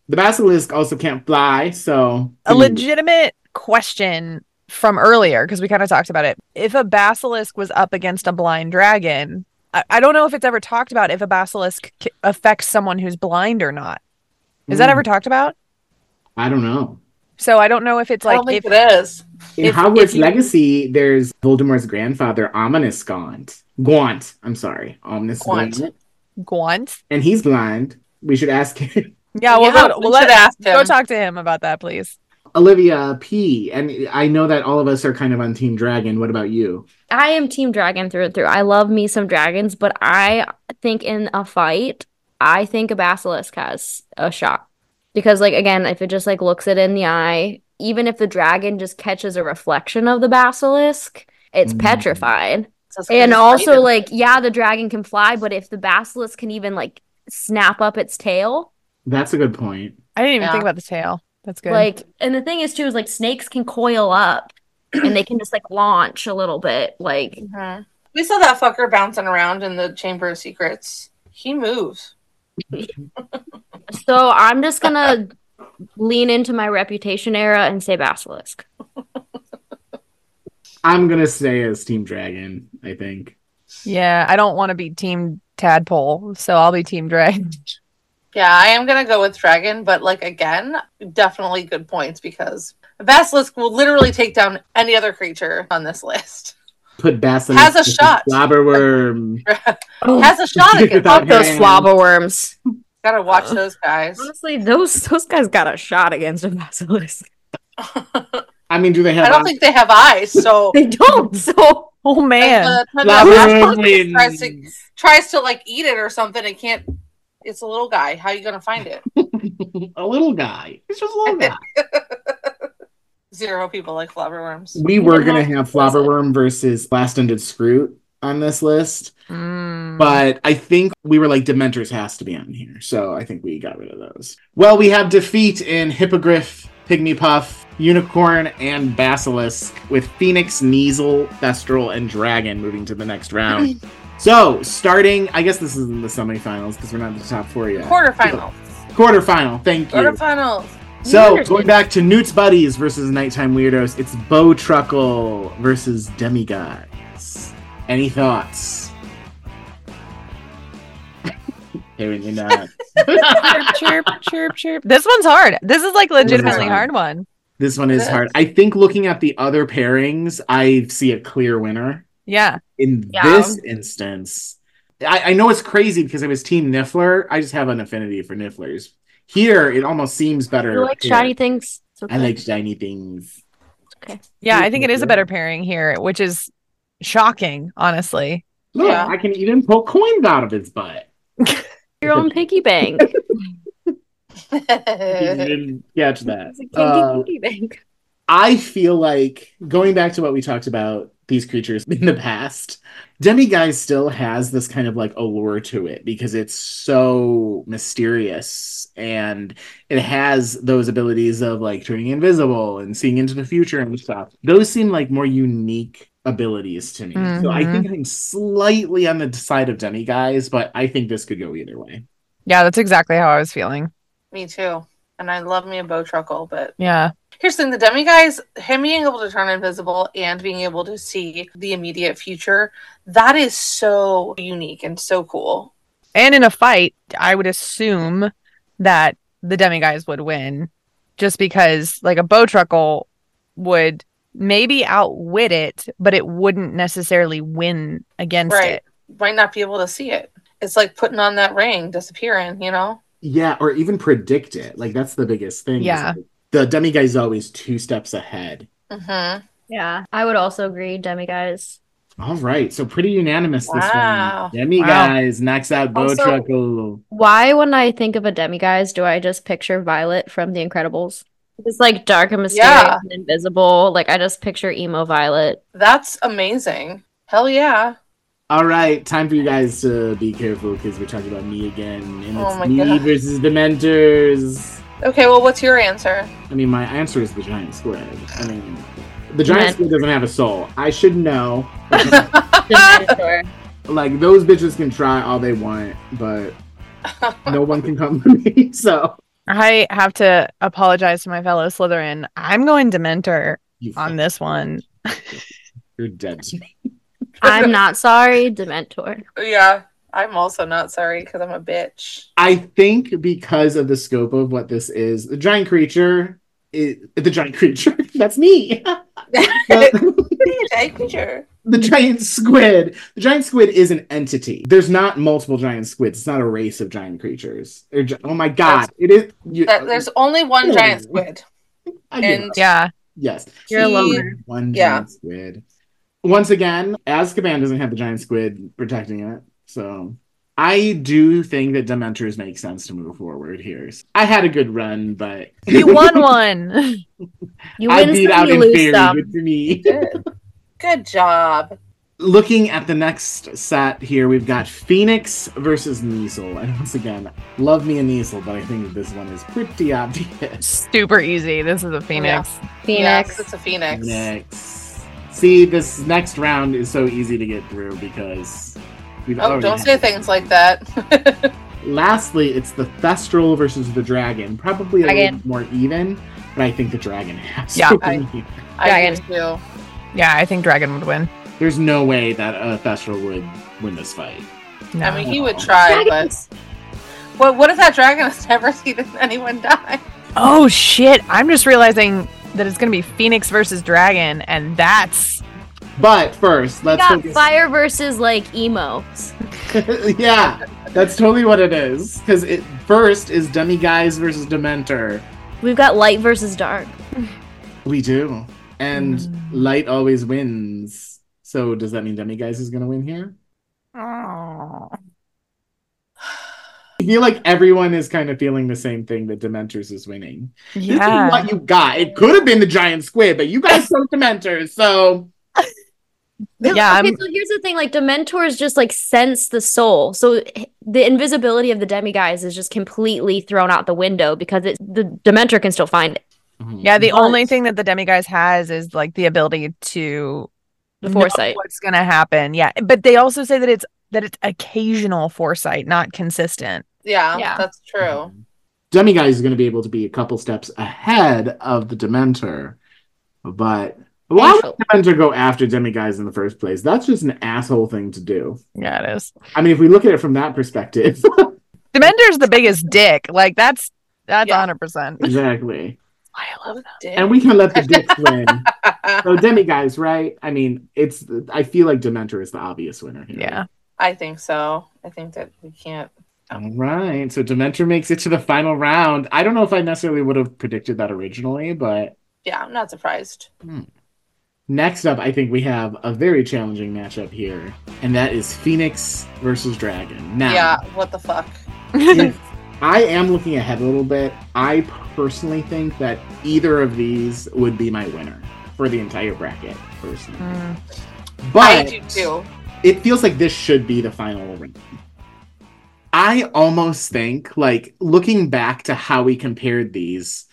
Speaker 2: The basilisk also can't fly, so
Speaker 3: A legitimate question from earlier because we kind of talked about it. If a basilisk was up against a blind dragon, I, I don't know if it's ever talked about if a basilisk c- affects someone who's blind or not. Is that
Speaker 2: Mm,
Speaker 3: ever talked about?
Speaker 2: I don't know.
Speaker 3: So I don't know if it's
Speaker 1: I
Speaker 3: like
Speaker 1: don't think
Speaker 3: if
Speaker 1: it is.
Speaker 2: In
Speaker 3: If-
Speaker 2: Hogwarts
Speaker 3: if you-
Speaker 2: Legacy, there's Voldemort's grandfather, Ominous Gaunt. Gaunt, I'm sorry, Ominous
Speaker 1: Gaunt.
Speaker 2: Gaunt.
Speaker 3: Gwent.
Speaker 2: and he's blind. We should ask him.
Speaker 3: Yeah, well,
Speaker 1: Yeah,
Speaker 3: go,
Speaker 1: we
Speaker 3: well
Speaker 1: should
Speaker 3: let,
Speaker 1: ask
Speaker 3: go
Speaker 1: him.
Speaker 3: talk to him about that, please.
Speaker 2: Olivia P. And I know that all of us are kind of on Team Dragon. What about you?
Speaker 4: I am team dragon through and through. I love me some dragons, but I think in a fight, I think a basilisk has a shot. Because like again, if it just like looks it in the eye, even if the dragon just catches a reflection of the basilisk, it's
Speaker 7: Mm.
Speaker 4: petrified.
Speaker 1: It's just
Speaker 4: And
Speaker 1: kinda
Speaker 4: also
Speaker 1: excited.
Speaker 4: like yeah, the dragon can fly, but if the basilisk can even like snap up its tail,
Speaker 2: That's a good point.
Speaker 3: I didn't even
Speaker 1: Yeah.
Speaker 3: think about the tail. That's good.
Speaker 4: like and the thing is too is like snakes can coil up and they can just like launch a little bit like
Speaker 1: Mhm. we saw that fucker bouncing around in the Chamber of Secrets. He moves.
Speaker 4: So I'm just gonna lean into my reputation era and say basilisk.
Speaker 2: I'm gonna stay as Team Dragon. I think.
Speaker 3: yeah, I don't want to be team tadpole, so I'll be team dragon. (laughs)
Speaker 1: Yeah, I am gonna go with dragon, but like again, definitely good points because basilisk will literally take down any other creature on this list. (laughs)
Speaker 2: Put Bass in
Speaker 1: Has a
Speaker 2: as the
Speaker 1: shot.
Speaker 2: Slobberworm.
Speaker 1: Has a shot against.
Speaker 2: Oh, Without
Speaker 4: Fuck those
Speaker 2: hand.
Speaker 4: slobber worms.
Speaker 1: Gotta (laughs) watch those guys.
Speaker 4: Honestly, those those guys got a shot against a basilisk.
Speaker 2: I mean, do they have?
Speaker 1: I don't
Speaker 2: eyes?
Speaker 1: think they have eyes,
Speaker 4: (laughs)
Speaker 1: so
Speaker 4: (laughs) They don't. So
Speaker 3: Oh man.
Speaker 1: Like, when a- when a basilisk
Speaker 2: Slobberworm
Speaker 1: tries to
Speaker 2: wins.
Speaker 1: tries to like eat it or something, it can't. It's a little guy. How you gonna find it?
Speaker 2: a little guy. It's just a
Speaker 1: (laughs)
Speaker 2: little guy.
Speaker 1: Zero people like flower worms.
Speaker 2: We were
Speaker 4: Yeah.
Speaker 2: gonna have Flobberworm versus Last Ended Scroot on this list,
Speaker 3: Mm.
Speaker 2: but I think we were like Dementors has to be on here, so I think we got rid of those. Well, we have defeat in Hippogriff, Pygmy Puff, Unicorn, and Basilisk, with Phoenix, Neasel, Thestral, and Dragon moving to the next round. so, starting, I guess this is in the semifinals because we're not in the top four yet.
Speaker 1: Quarterfinals.
Speaker 2: Quarterfinal. Thank you.
Speaker 1: Quarterfinals.
Speaker 2: So
Speaker 4: Weird.
Speaker 2: going back to Newt's buddies versus nighttime weirdos, it's Bo Truckle versus demigods. Any
Speaker 4: (laughs)
Speaker 2: thoughts? Apparently not.
Speaker 3: chirp, chirp, chirp, chirp. This one's hard. This is like
Speaker 2: is
Speaker 3: legitimately
Speaker 2: hard.
Speaker 3: hard one.
Speaker 2: (laughs) this one is hard. I think looking at the other pairings, I see a clear winner
Speaker 3: Yeah.
Speaker 2: in
Speaker 4: Yeah.
Speaker 2: this instance. I, I know it's crazy because I was Team Niffler. I just have an affinity for Nifflers. Here, it almost seems better.
Speaker 4: you like
Speaker 2: here.
Speaker 4: shiny things. It's okay.
Speaker 2: I like shiny things.
Speaker 3: Yeah, I
Speaker 2: Ooh,
Speaker 3: think it is a
Speaker 2: yeah.
Speaker 3: better pairing here, which is shocking, honestly.
Speaker 2: Look,
Speaker 1: Yeah.
Speaker 2: I can even pull coins out of its
Speaker 4: (laughs)
Speaker 2: butt.
Speaker 4: your own
Speaker 2: (laughs)
Speaker 4: piggy bank.
Speaker 2: you didn't catch that.
Speaker 4: It's a kinky
Speaker 2: Uh,
Speaker 4: piggy bank.
Speaker 2: I feel like going back to what we talked about these creatures (laughs) in the past, Demi Guy still has this kind of like allure to it because it's so mysterious and it has those abilities of like turning invisible and seeing into the future and stuff. Those seem like more unique abilities to me. So I
Speaker 4: Mm-hmm.
Speaker 3: Mhm.
Speaker 2: think I'm slightly on the side of Demi Guys, but I think this could go either way.
Speaker 3: Yeah, that's exactly how I was feeling.
Speaker 1: (laughs) me too. And I love me a bow truckle, but
Speaker 3: Yeah.
Speaker 1: here's the thing: the demi guys, him being able to turn invisible and being able to see the immediate future, that is so unique and so cool.
Speaker 3: And in a fight, I would assume that the demi-guys would win just because like a bow truckle would maybe outwit it, but it wouldn't necessarily win against
Speaker 1: Right.
Speaker 3: it.
Speaker 1: Might not be able to see it. It's like putting on that ring, disappearing. You know.
Speaker 2: Yeah, or even predict it. Like that's the biggest thing. is,
Speaker 3: Yeah.
Speaker 2: like, the dummy guy's always two steps ahead.
Speaker 1: Mm-hmm.
Speaker 4: Yeah, I would also agree, demi guys.
Speaker 2: All right, so pretty unanimous this
Speaker 1: Wow.
Speaker 2: one. Demi
Speaker 3: Wow.
Speaker 2: guys knocks out Bo
Speaker 4: Also-
Speaker 2: Truckle.
Speaker 4: Why, when I think of a demi guys, do I just picture Violet from The Incredibles? It's like dark and mysterious
Speaker 1: Yeah.
Speaker 4: and invisible. Like I just picture emo Violet.
Speaker 1: That's amazing. Hell yeah.
Speaker 2: All right, time for you guys to be careful because we're talking about me again, and
Speaker 1: Oh
Speaker 2: it's
Speaker 1: my
Speaker 2: me
Speaker 1: God.
Speaker 2: versus the Mentors.
Speaker 1: Okay, well, what's your answer?
Speaker 2: I mean, my answer is the giant squid. I mean, the giant squid doesn't have a soul. I should know.
Speaker 4: Minotaur.
Speaker 2: like those bitches can try all they want, but no one can come for me. (laughs) So
Speaker 3: I have to apologize to my fellow Slytherin. I'm going Dementor.
Speaker 2: You
Speaker 3: on this one.
Speaker 2: are dead.
Speaker 1: (laughs)
Speaker 6: I'm not sorry, Dementor.
Speaker 1: Yeah, I'm also not sorry because I'm a bitch.
Speaker 2: I think because of the scope of what this is, the giant creature, i- the giant creature, (laughs) that's me. The-
Speaker 1: Thank you, sure.
Speaker 2: the giant squid. The giant squid is an entity. There's not multiple giant squids. It's not a race of giant creatures. They're gi- oh my god! it is. You,
Speaker 1: That there's only one
Speaker 2: Really?
Speaker 1: giant squid.
Speaker 2: I get it.
Speaker 1: and-
Speaker 3: Yeah.
Speaker 2: yes,
Speaker 6: You're a
Speaker 1: He-
Speaker 6: loner.
Speaker 2: one giant
Speaker 1: Yeah.
Speaker 2: squid. Once again, Azkaban doesn't have the giant squid protecting it, so I do think that Dementors make sense to move forward here. I had a good run, but (laughs)
Speaker 3: You won one.
Speaker 6: You
Speaker 2: I
Speaker 6: win
Speaker 2: beat
Speaker 6: some,
Speaker 2: out
Speaker 6: you
Speaker 2: in
Speaker 6: lose
Speaker 2: theory.
Speaker 6: some.
Speaker 2: Good for me.
Speaker 1: Good. Good job.
Speaker 2: Looking at the next set here, we've got Phoenix versus Niesel. And once again, love me a Niesel, but I think this one is pretty obvious.
Speaker 3: Super easy. This is a Phoenix.
Speaker 1: Yes,
Speaker 6: Phoenix.
Speaker 1: it's a phoenix.
Speaker 2: Next. See, this next round is so easy to get through because we've
Speaker 1: Oh,
Speaker 2: already
Speaker 1: don't
Speaker 2: had
Speaker 1: say
Speaker 2: it.
Speaker 1: things like that. (laughs)
Speaker 2: Lastly, it's the Thestral versus the Dragon. Probably a
Speaker 6: Dragon.
Speaker 2: little more even, but I think the Dragon has
Speaker 3: Yeah,
Speaker 2: to
Speaker 1: I-
Speaker 2: win.
Speaker 1: I do too.
Speaker 3: Yeah, I think Dragon would win.
Speaker 2: There's no way that a Thestral would win this fight.
Speaker 3: No.
Speaker 1: I mean, he would try, but
Speaker 4: Dragons!
Speaker 1: what? What if that dragon has never (laughs) seen anyone die?
Speaker 3: oh shit! I'm just realizing that it's gonna be Phoenix versus Dragon, and that's
Speaker 2: But first,
Speaker 6: We
Speaker 2: let's
Speaker 6: got
Speaker 2: focus-
Speaker 6: fire versus like emo.
Speaker 2: (laughs) yeah, that's totally what it is. Because it first is Dummy Guys versus Dementor.
Speaker 6: We've got light versus dark.
Speaker 2: We do, and
Speaker 3: Mm.
Speaker 2: light always wins. So does that mean Dummy Guys is going to win here?
Speaker 3: oh.
Speaker 2: I feel like everyone is kind of feeling the same thing that Dementors is winning. This is
Speaker 3: yeah.
Speaker 2: what you got. It could have been the giant squid, but you
Speaker 3: (laughs)
Speaker 2: guys chose Dementors, so
Speaker 6: No,
Speaker 3: Yeah,
Speaker 6: okay,
Speaker 3: I'm-
Speaker 6: so here's the thing: like Dementors just like sense the soul, so h- the invisibility of the demiguise is just completely thrown out the window because it, the Dementor can still find it.
Speaker 3: Yeah, the
Speaker 6: But-
Speaker 3: only thing that the demiguise has is like the ability to
Speaker 6: The
Speaker 3: know
Speaker 6: foresight.
Speaker 3: what's gonna happen. Yeah, but they also say that it's that it's occasional foresight, not consistent.
Speaker 1: Yeah,
Speaker 6: Yeah.
Speaker 1: that's true.
Speaker 2: Dummy Guys Um, is going to be able to be a couple steps ahead of the Dementor. But why would
Speaker 6: Painful.
Speaker 2: Dementor go after Demi Guys in the first place? That's just an asshole thing to do.
Speaker 3: Yeah, it is.
Speaker 2: I mean, if we look at it from that perspective, (laughs)
Speaker 3: The Mentor's the biggest dick. Like that's that's
Speaker 1: Yeah.
Speaker 3: hundred percent.
Speaker 2: exactly.
Speaker 3: I love that.
Speaker 2: And we can let the dicks win. So Demi Guys, right? I mean, it's. I feel like Dementor is the obvious winner here.
Speaker 3: Yeah.
Speaker 1: (laughs) I think so. I think that we can't.
Speaker 2: All right. So Dementor makes it to the final round. I don't know if I necessarily would have predicted that originally, but
Speaker 1: Yeah, I'm not surprised.
Speaker 2: Next up, I think we have a very challenging matchup here, and that is Phoenix versus Dragon. Now,
Speaker 1: Yeah, what the fuck? (laughs)
Speaker 2: if I am looking ahead a little bit. I personally think that either of these would be my winner for the entire bracket, personally.
Speaker 3: Mm.
Speaker 1: I
Speaker 2: But
Speaker 1: do too.
Speaker 2: it feels like this should be the final round. I almost think, like, looking back to how we compared these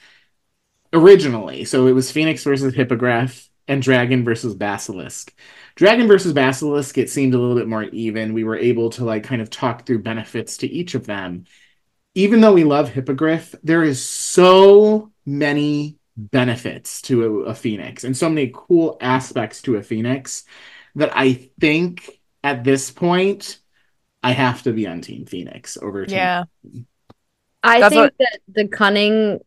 Speaker 2: originally, so it was Phoenix versus Hippogriff and Dragon versus Basilisk. Dragon versus Basilisk, it seemed a little bit more even. We were able to, like, kind of talk through benefits to each of them. Even though we love Hippogriff, there is so many benefits to a, a Phoenix and so many cool aspects to a Phoenix that I think at this point I have to be on Team Phoenix over Team.
Speaker 3: Yeah.
Speaker 6: I
Speaker 3: That's
Speaker 6: think
Speaker 3: what-
Speaker 6: that the cunning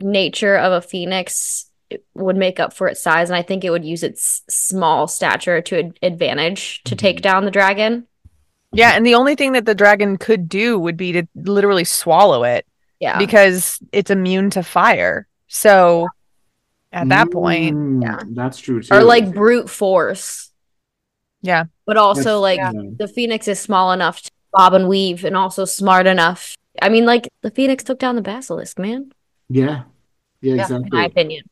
Speaker 6: nature of a phoenix would make up for its size, and I think it would use its small stature to ad- advantage to
Speaker 3: Mm-hmm.
Speaker 6: take down the dragon.
Speaker 3: Yeah, and the only thing that the dragon could do would be to literally swallow it
Speaker 6: Yeah,
Speaker 3: because it's immune to fire. So at that point,
Speaker 2: Mm,
Speaker 6: yeah.
Speaker 2: that's true too.
Speaker 6: or like brute force.
Speaker 3: Yeah.
Speaker 6: but also like
Speaker 2: Yeah.
Speaker 6: the phoenix is small enough to bob and weave, and also smart enough. I mean, like the phoenix took down the basilisk, man.
Speaker 2: yeah,
Speaker 1: Yeah.
Speaker 2: yeah,
Speaker 6: In my
Speaker 2: exactly.
Speaker 6: opinion,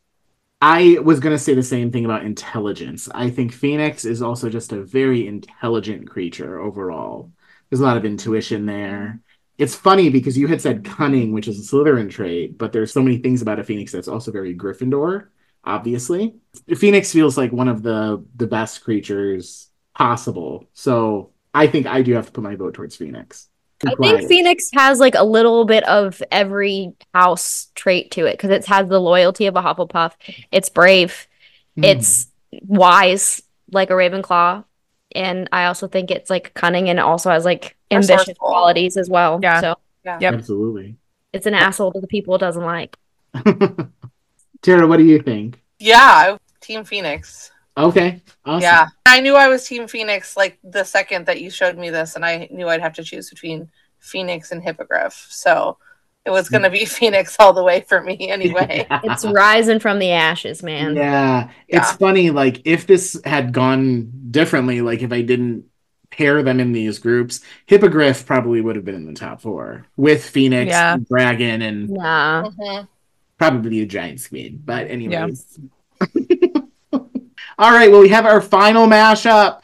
Speaker 2: I was gonna say the same thing about intelligence. I think Phoenix is also just a very intelligent creature overall. There's a lot of intuition there. It's funny because you had said cunning, which is a Slytherin trait, but there's so many things about a Phoenix that's also very Gryffindor, obviously. Phoenix feels like one of the the best creatures possible. So I think I do have to put my vote towards Phoenix.
Speaker 6: I think Phoenix has like a little bit of every house trait to it because it has the loyalty of a Hufflepuff. It's brave.
Speaker 2: Hmm.
Speaker 4: It's wise, like a Ravenclaw, and I also think it's like cunning and it also has like ambitious
Speaker 1: Resourceful.
Speaker 4: qualities as well.
Speaker 3: Yeah.
Speaker 4: So
Speaker 3: Yep.
Speaker 2: absolutely.
Speaker 4: it's an asshole to the people it doesn't like.
Speaker 2: Tara, what do you think?
Speaker 1: Yeah, Team Phoenix.
Speaker 2: Okay, awesome.
Speaker 1: Yeah, I knew I was Team Phoenix like the second that you showed me this, and I knew I'd have to choose between Phoenix and Hippogriff. So it was going to be (laughs) Phoenix all the way for me anyway.
Speaker 4: It's rising from the ashes, man.
Speaker 2: Yeah. (laughs) It's
Speaker 1: Yeah.
Speaker 2: funny, like if this had gone differently, like if I didn't pair them in these groups, Hippogriff probably would have been in the top four with Phoenix,
Speaker 3: Yeah.
Speaker 2: Dragon, and
Speaker 4: Nah.
Speaker 1: Mhm.
Speaker 2: probably a giant squid. But anyways. (laughs) All right, well we have our final mashup.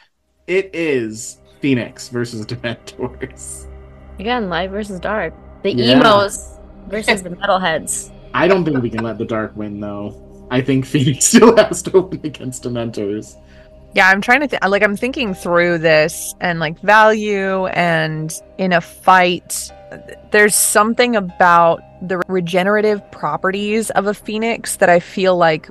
Speaker 2: It is Phoenix versus Dementors.
Speaker 4: Again, light versus dark. The
Speaker 2: Yeah.
Speaker 4: emos versus the metalheads.
Speaker 2: I don't think we can let the dark win though. I think Phoenix (laughs) still has to win against Dementors.
Speaker 3: Yeah, I'm trying to think. Like, I'm thinking through this and like value and in a fight. There's something about the regenerative properties of a phoenix that I feel like,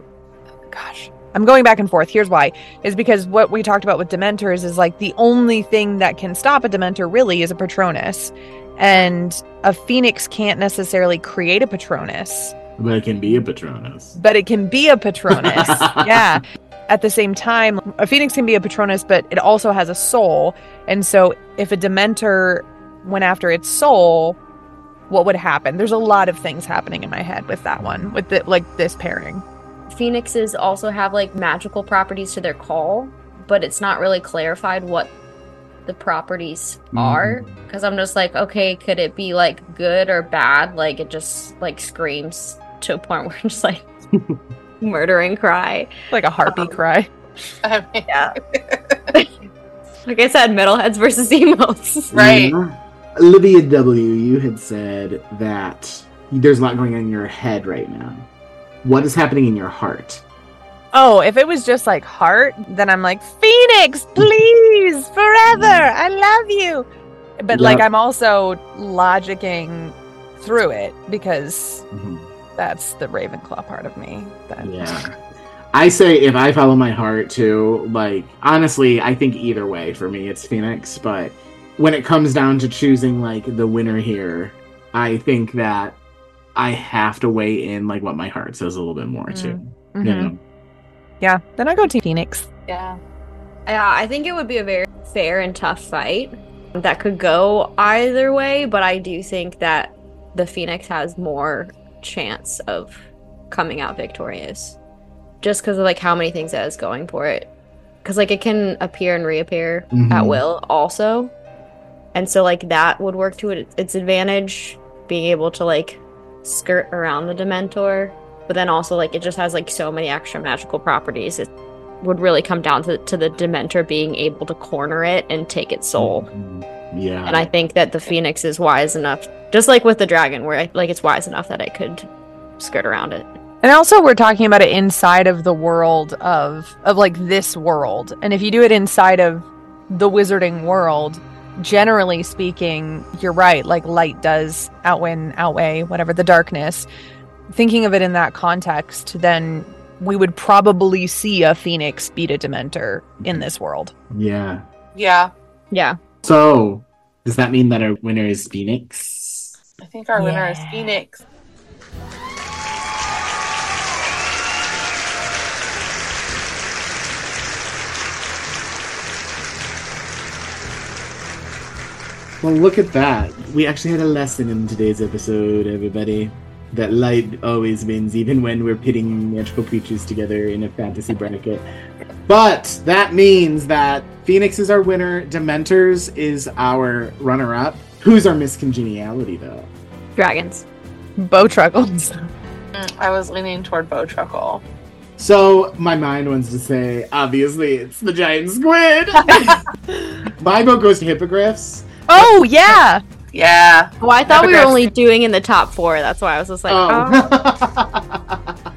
Speaker 3: gosh, I'm going back and forth. Here's why is because what we talked about with Dementors is like the only thing that can stop a Dementor really is a Patronus. And a phoenix can't necessarily create a Patronus,
Speaker 2: But it can be a Patronus.
Speaker 3: but it can be a Patronus. yeah. At the same time, a phoenix can be a patronus, but it also has a soul. And so, if a dementor went after its soul, what would happen? There's a lot of things happening in my head with that one, with the, like this pairing.
Speaker 4: Phoenixes also have like magical properties to their call, but it's not really clarified what the properties
Speaker 2: Mm-hmm.
Speaker 4: are. Because I'm just like, okay, could it be like good or bad? Like it just like screams to a point where I'm just like (laughs) murdering cry.
Speaker 3: Like a harpy cry.
Speaker 1: (laughs) I mean,
Speaker 4: Like I said, metalheads versus emos. (laughs)
Speaker 1: Right.
Speaker 2: Yeah. Olivia W., you had said that there's a lot going on in your head right now. What is happening in your heart?
Speaker 3: Oh, if it was just like heart, then I'm like, Phoenix, please, forever. I love you. But like,
Speaker 2: Yep.
Speaker 3: I'm also logicking through it because
Speaker 4: Mm-hmm.
Speaker 8: Mhm.
Speaker 3: that's the Ravenclaw part of me. That
Speaker 2: Yeah. I say if I follow my heart too, like, honestly, I think either way for me, it's Phoenix. But when it comes down to choosing, like, the winner here, I think that I have to weigh in, like, what my heart says a little bit more, too.
Speaker 3: Mhm.
Speaker 2: You know?
Speaker 3: Yeah, then I go to Phoenix.
Speaker 1: yeah.
Speaker 4: Yeah, I think it would be a very fair and tough fight that could go either way, but I do think that the Phoenix has more chance of coming out victorious just because of like how many things that is going for it. Because like it can appear and reappear at
Speaker 2: Mhm.
Speaker 4: will also. And so like that would work to it, its advantage, being able to like skirt around the Dementor. But then also like it just has like so many extra magical properties. It would really come down to, to the Dementor being able to corner it and take its soul.
Speaker 2: Mm. Yeah.
Speaker 4: And I think that the Phoenix is wise enough, just like with the dragon, where I, like it's wise enough that it could skirt around it.
Speaker 3: And also we're talking about it inside of the world of of like this world. And if you do it inside of the wizarding world, generally speaking, you're right, like light does outwin outweigh whatever the darkness. Thinking of it in that context, then we would probably see a phoenix beat a dementor in this world.
Speaker 2: yeah.
Speaker 1: Yeah.
Speaker 4: Yeah,
Speaker 2: So, does that mean that our winner is Phoenix?
Speaker 1: I think our winner is
Speaker 3: Yeah.
Speaker 1: Phoenix.
Speaker 2: Well, look at that. We actually had a lesson in today's episode, everybody. That light always wins, even when we're pitting magical creatures together in a fantasy bracket. But that means that Phoenix is our winner, Dementors is our runner up. Who's our miscongeniality, though?
Speaker 4: dragons.
Speaker 3: Bow truckles.
Speaker 1: Mm, I was leaning toward Bow Truckle.
Speaker 2: So my mind wants to say, obviously, it's the giant squid. my vote goes to hippogriffs.
Speaker 3: Oh yeah.
Speaker 1: Yeah.
Speaker 4: Well, Oh, I thought we were only doing in the top four. That's why I was just
Speaker 2: (laughs)
Speaker 4: like, oh,
Speaker 2: oh. (laughs)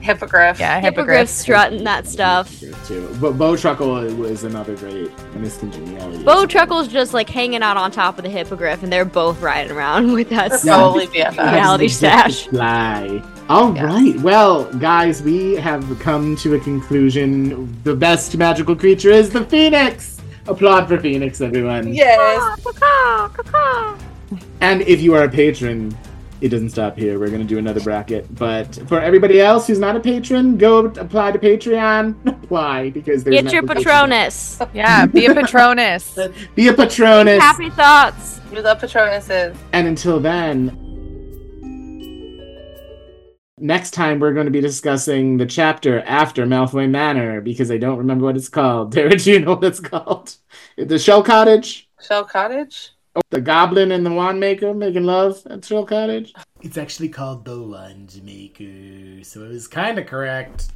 Speaker 1: Hippogriff.
Speaker 3: Yeah,
Speaker 4: hippogriffs
Speaker 3: hippogriffs.
Speaker 4: strutting that stuff.
Speaker 2: too. But Bo Truckle was another great miscongeniality.
Speaker 4: Bo Truckle's just like hanging out on top of the hippogriff, and they're both riding around (laughs) with us.
Speaker 2: Yeah.
Speaker 9: Probably BFF.
Speaker 4: Reality Stash.
Speaker 2: (laughs) Fly. All
Speaker 9: Yeah.
Speaker 2: right. Well, guys, we have come to a conclusion. The best magical creature is the phoenix. Applaud for Phoenix, everyone.
Speaker 9: Yes.
Speaker 2: And if you are a patron, it doesn't stop here. We're going to do another bracket. But for everybody else who's not a patron, go apply to Patreon. (laughs) Apply because there's
Speaker 4: Get
Speaker 2: not
Speaker 4: your
Speaker 2: a patron.
Speaker 4: Patronus.
Speaker 3: Yeah, be a Patronus.
Speaker 2: Be a patronus.
Speaker 4: Happy thoughts.
Speaker 9: We love Patronuses.
Speaker 2: And until then, next time we're going to be discussing the chapter after Malfoy Manor because I don't remember what it's called. (laughs) Tara, do you know what it's called? The Shell Cottage?
Speaker 9: Shell Cottage?
Speaker 2: Oh, the Goblin and the Wand Maker making love at Shell Cottage? It's actually called the Lunge Maker, so it was kind of correct.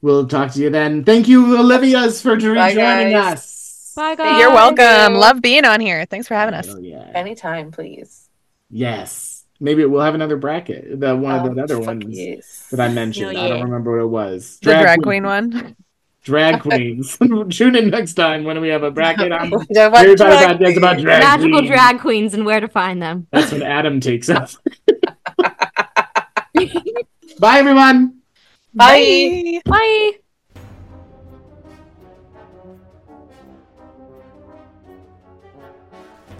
Speaker 2: We'll talk to you then. Thank you, Olivia's, for
Speaker 9: Bye,
Speaker 2: joining
Speaker 9: guys.
Speaker 2: us.
Speaker 4: Bye, guys.
Speaker 3: You're welcome.
Speaker 9: you.
Speaker 3: Love being on here. Thanks for having us.
Speaker 2: Oh, yeah.
Speaker 9: Anytime, please.
Speaker 2: Yes. Maybe we'll have another bracket. The one
Speaker 9: Oh,
Speaker 1: Um,
Speaker 2: of the other
Speaker 9: fuck
Speaker 2: ones.
Speaker 9: yes.
Speaker 2: that
Speaker 1: (laughs)
Speaker 2: I mentioned.
Speaker 4: Hell
Speaker 2: I
Speaker 4: yeah.
Speaker 2: don't remember what it was.
Speaker 3: The drag queen one.
Speaker 2: Drag queens. (laughs) Tune in next time when we have a bracket on.
Speaker 9: They're about
Speaker 2: Everybody
Speaker 9: drag
Speaker 2: about- that's about
Speaker 9: queens.
Speaker 2: drag
Speaker 4: Magical
Speaker 2: queens.
Speaker 4: drag queens and where to find them.
Speaker 2: That's when Adam takes us. Bye, everyone.
Speaker 9: Bye.
Speaker 4: Bye.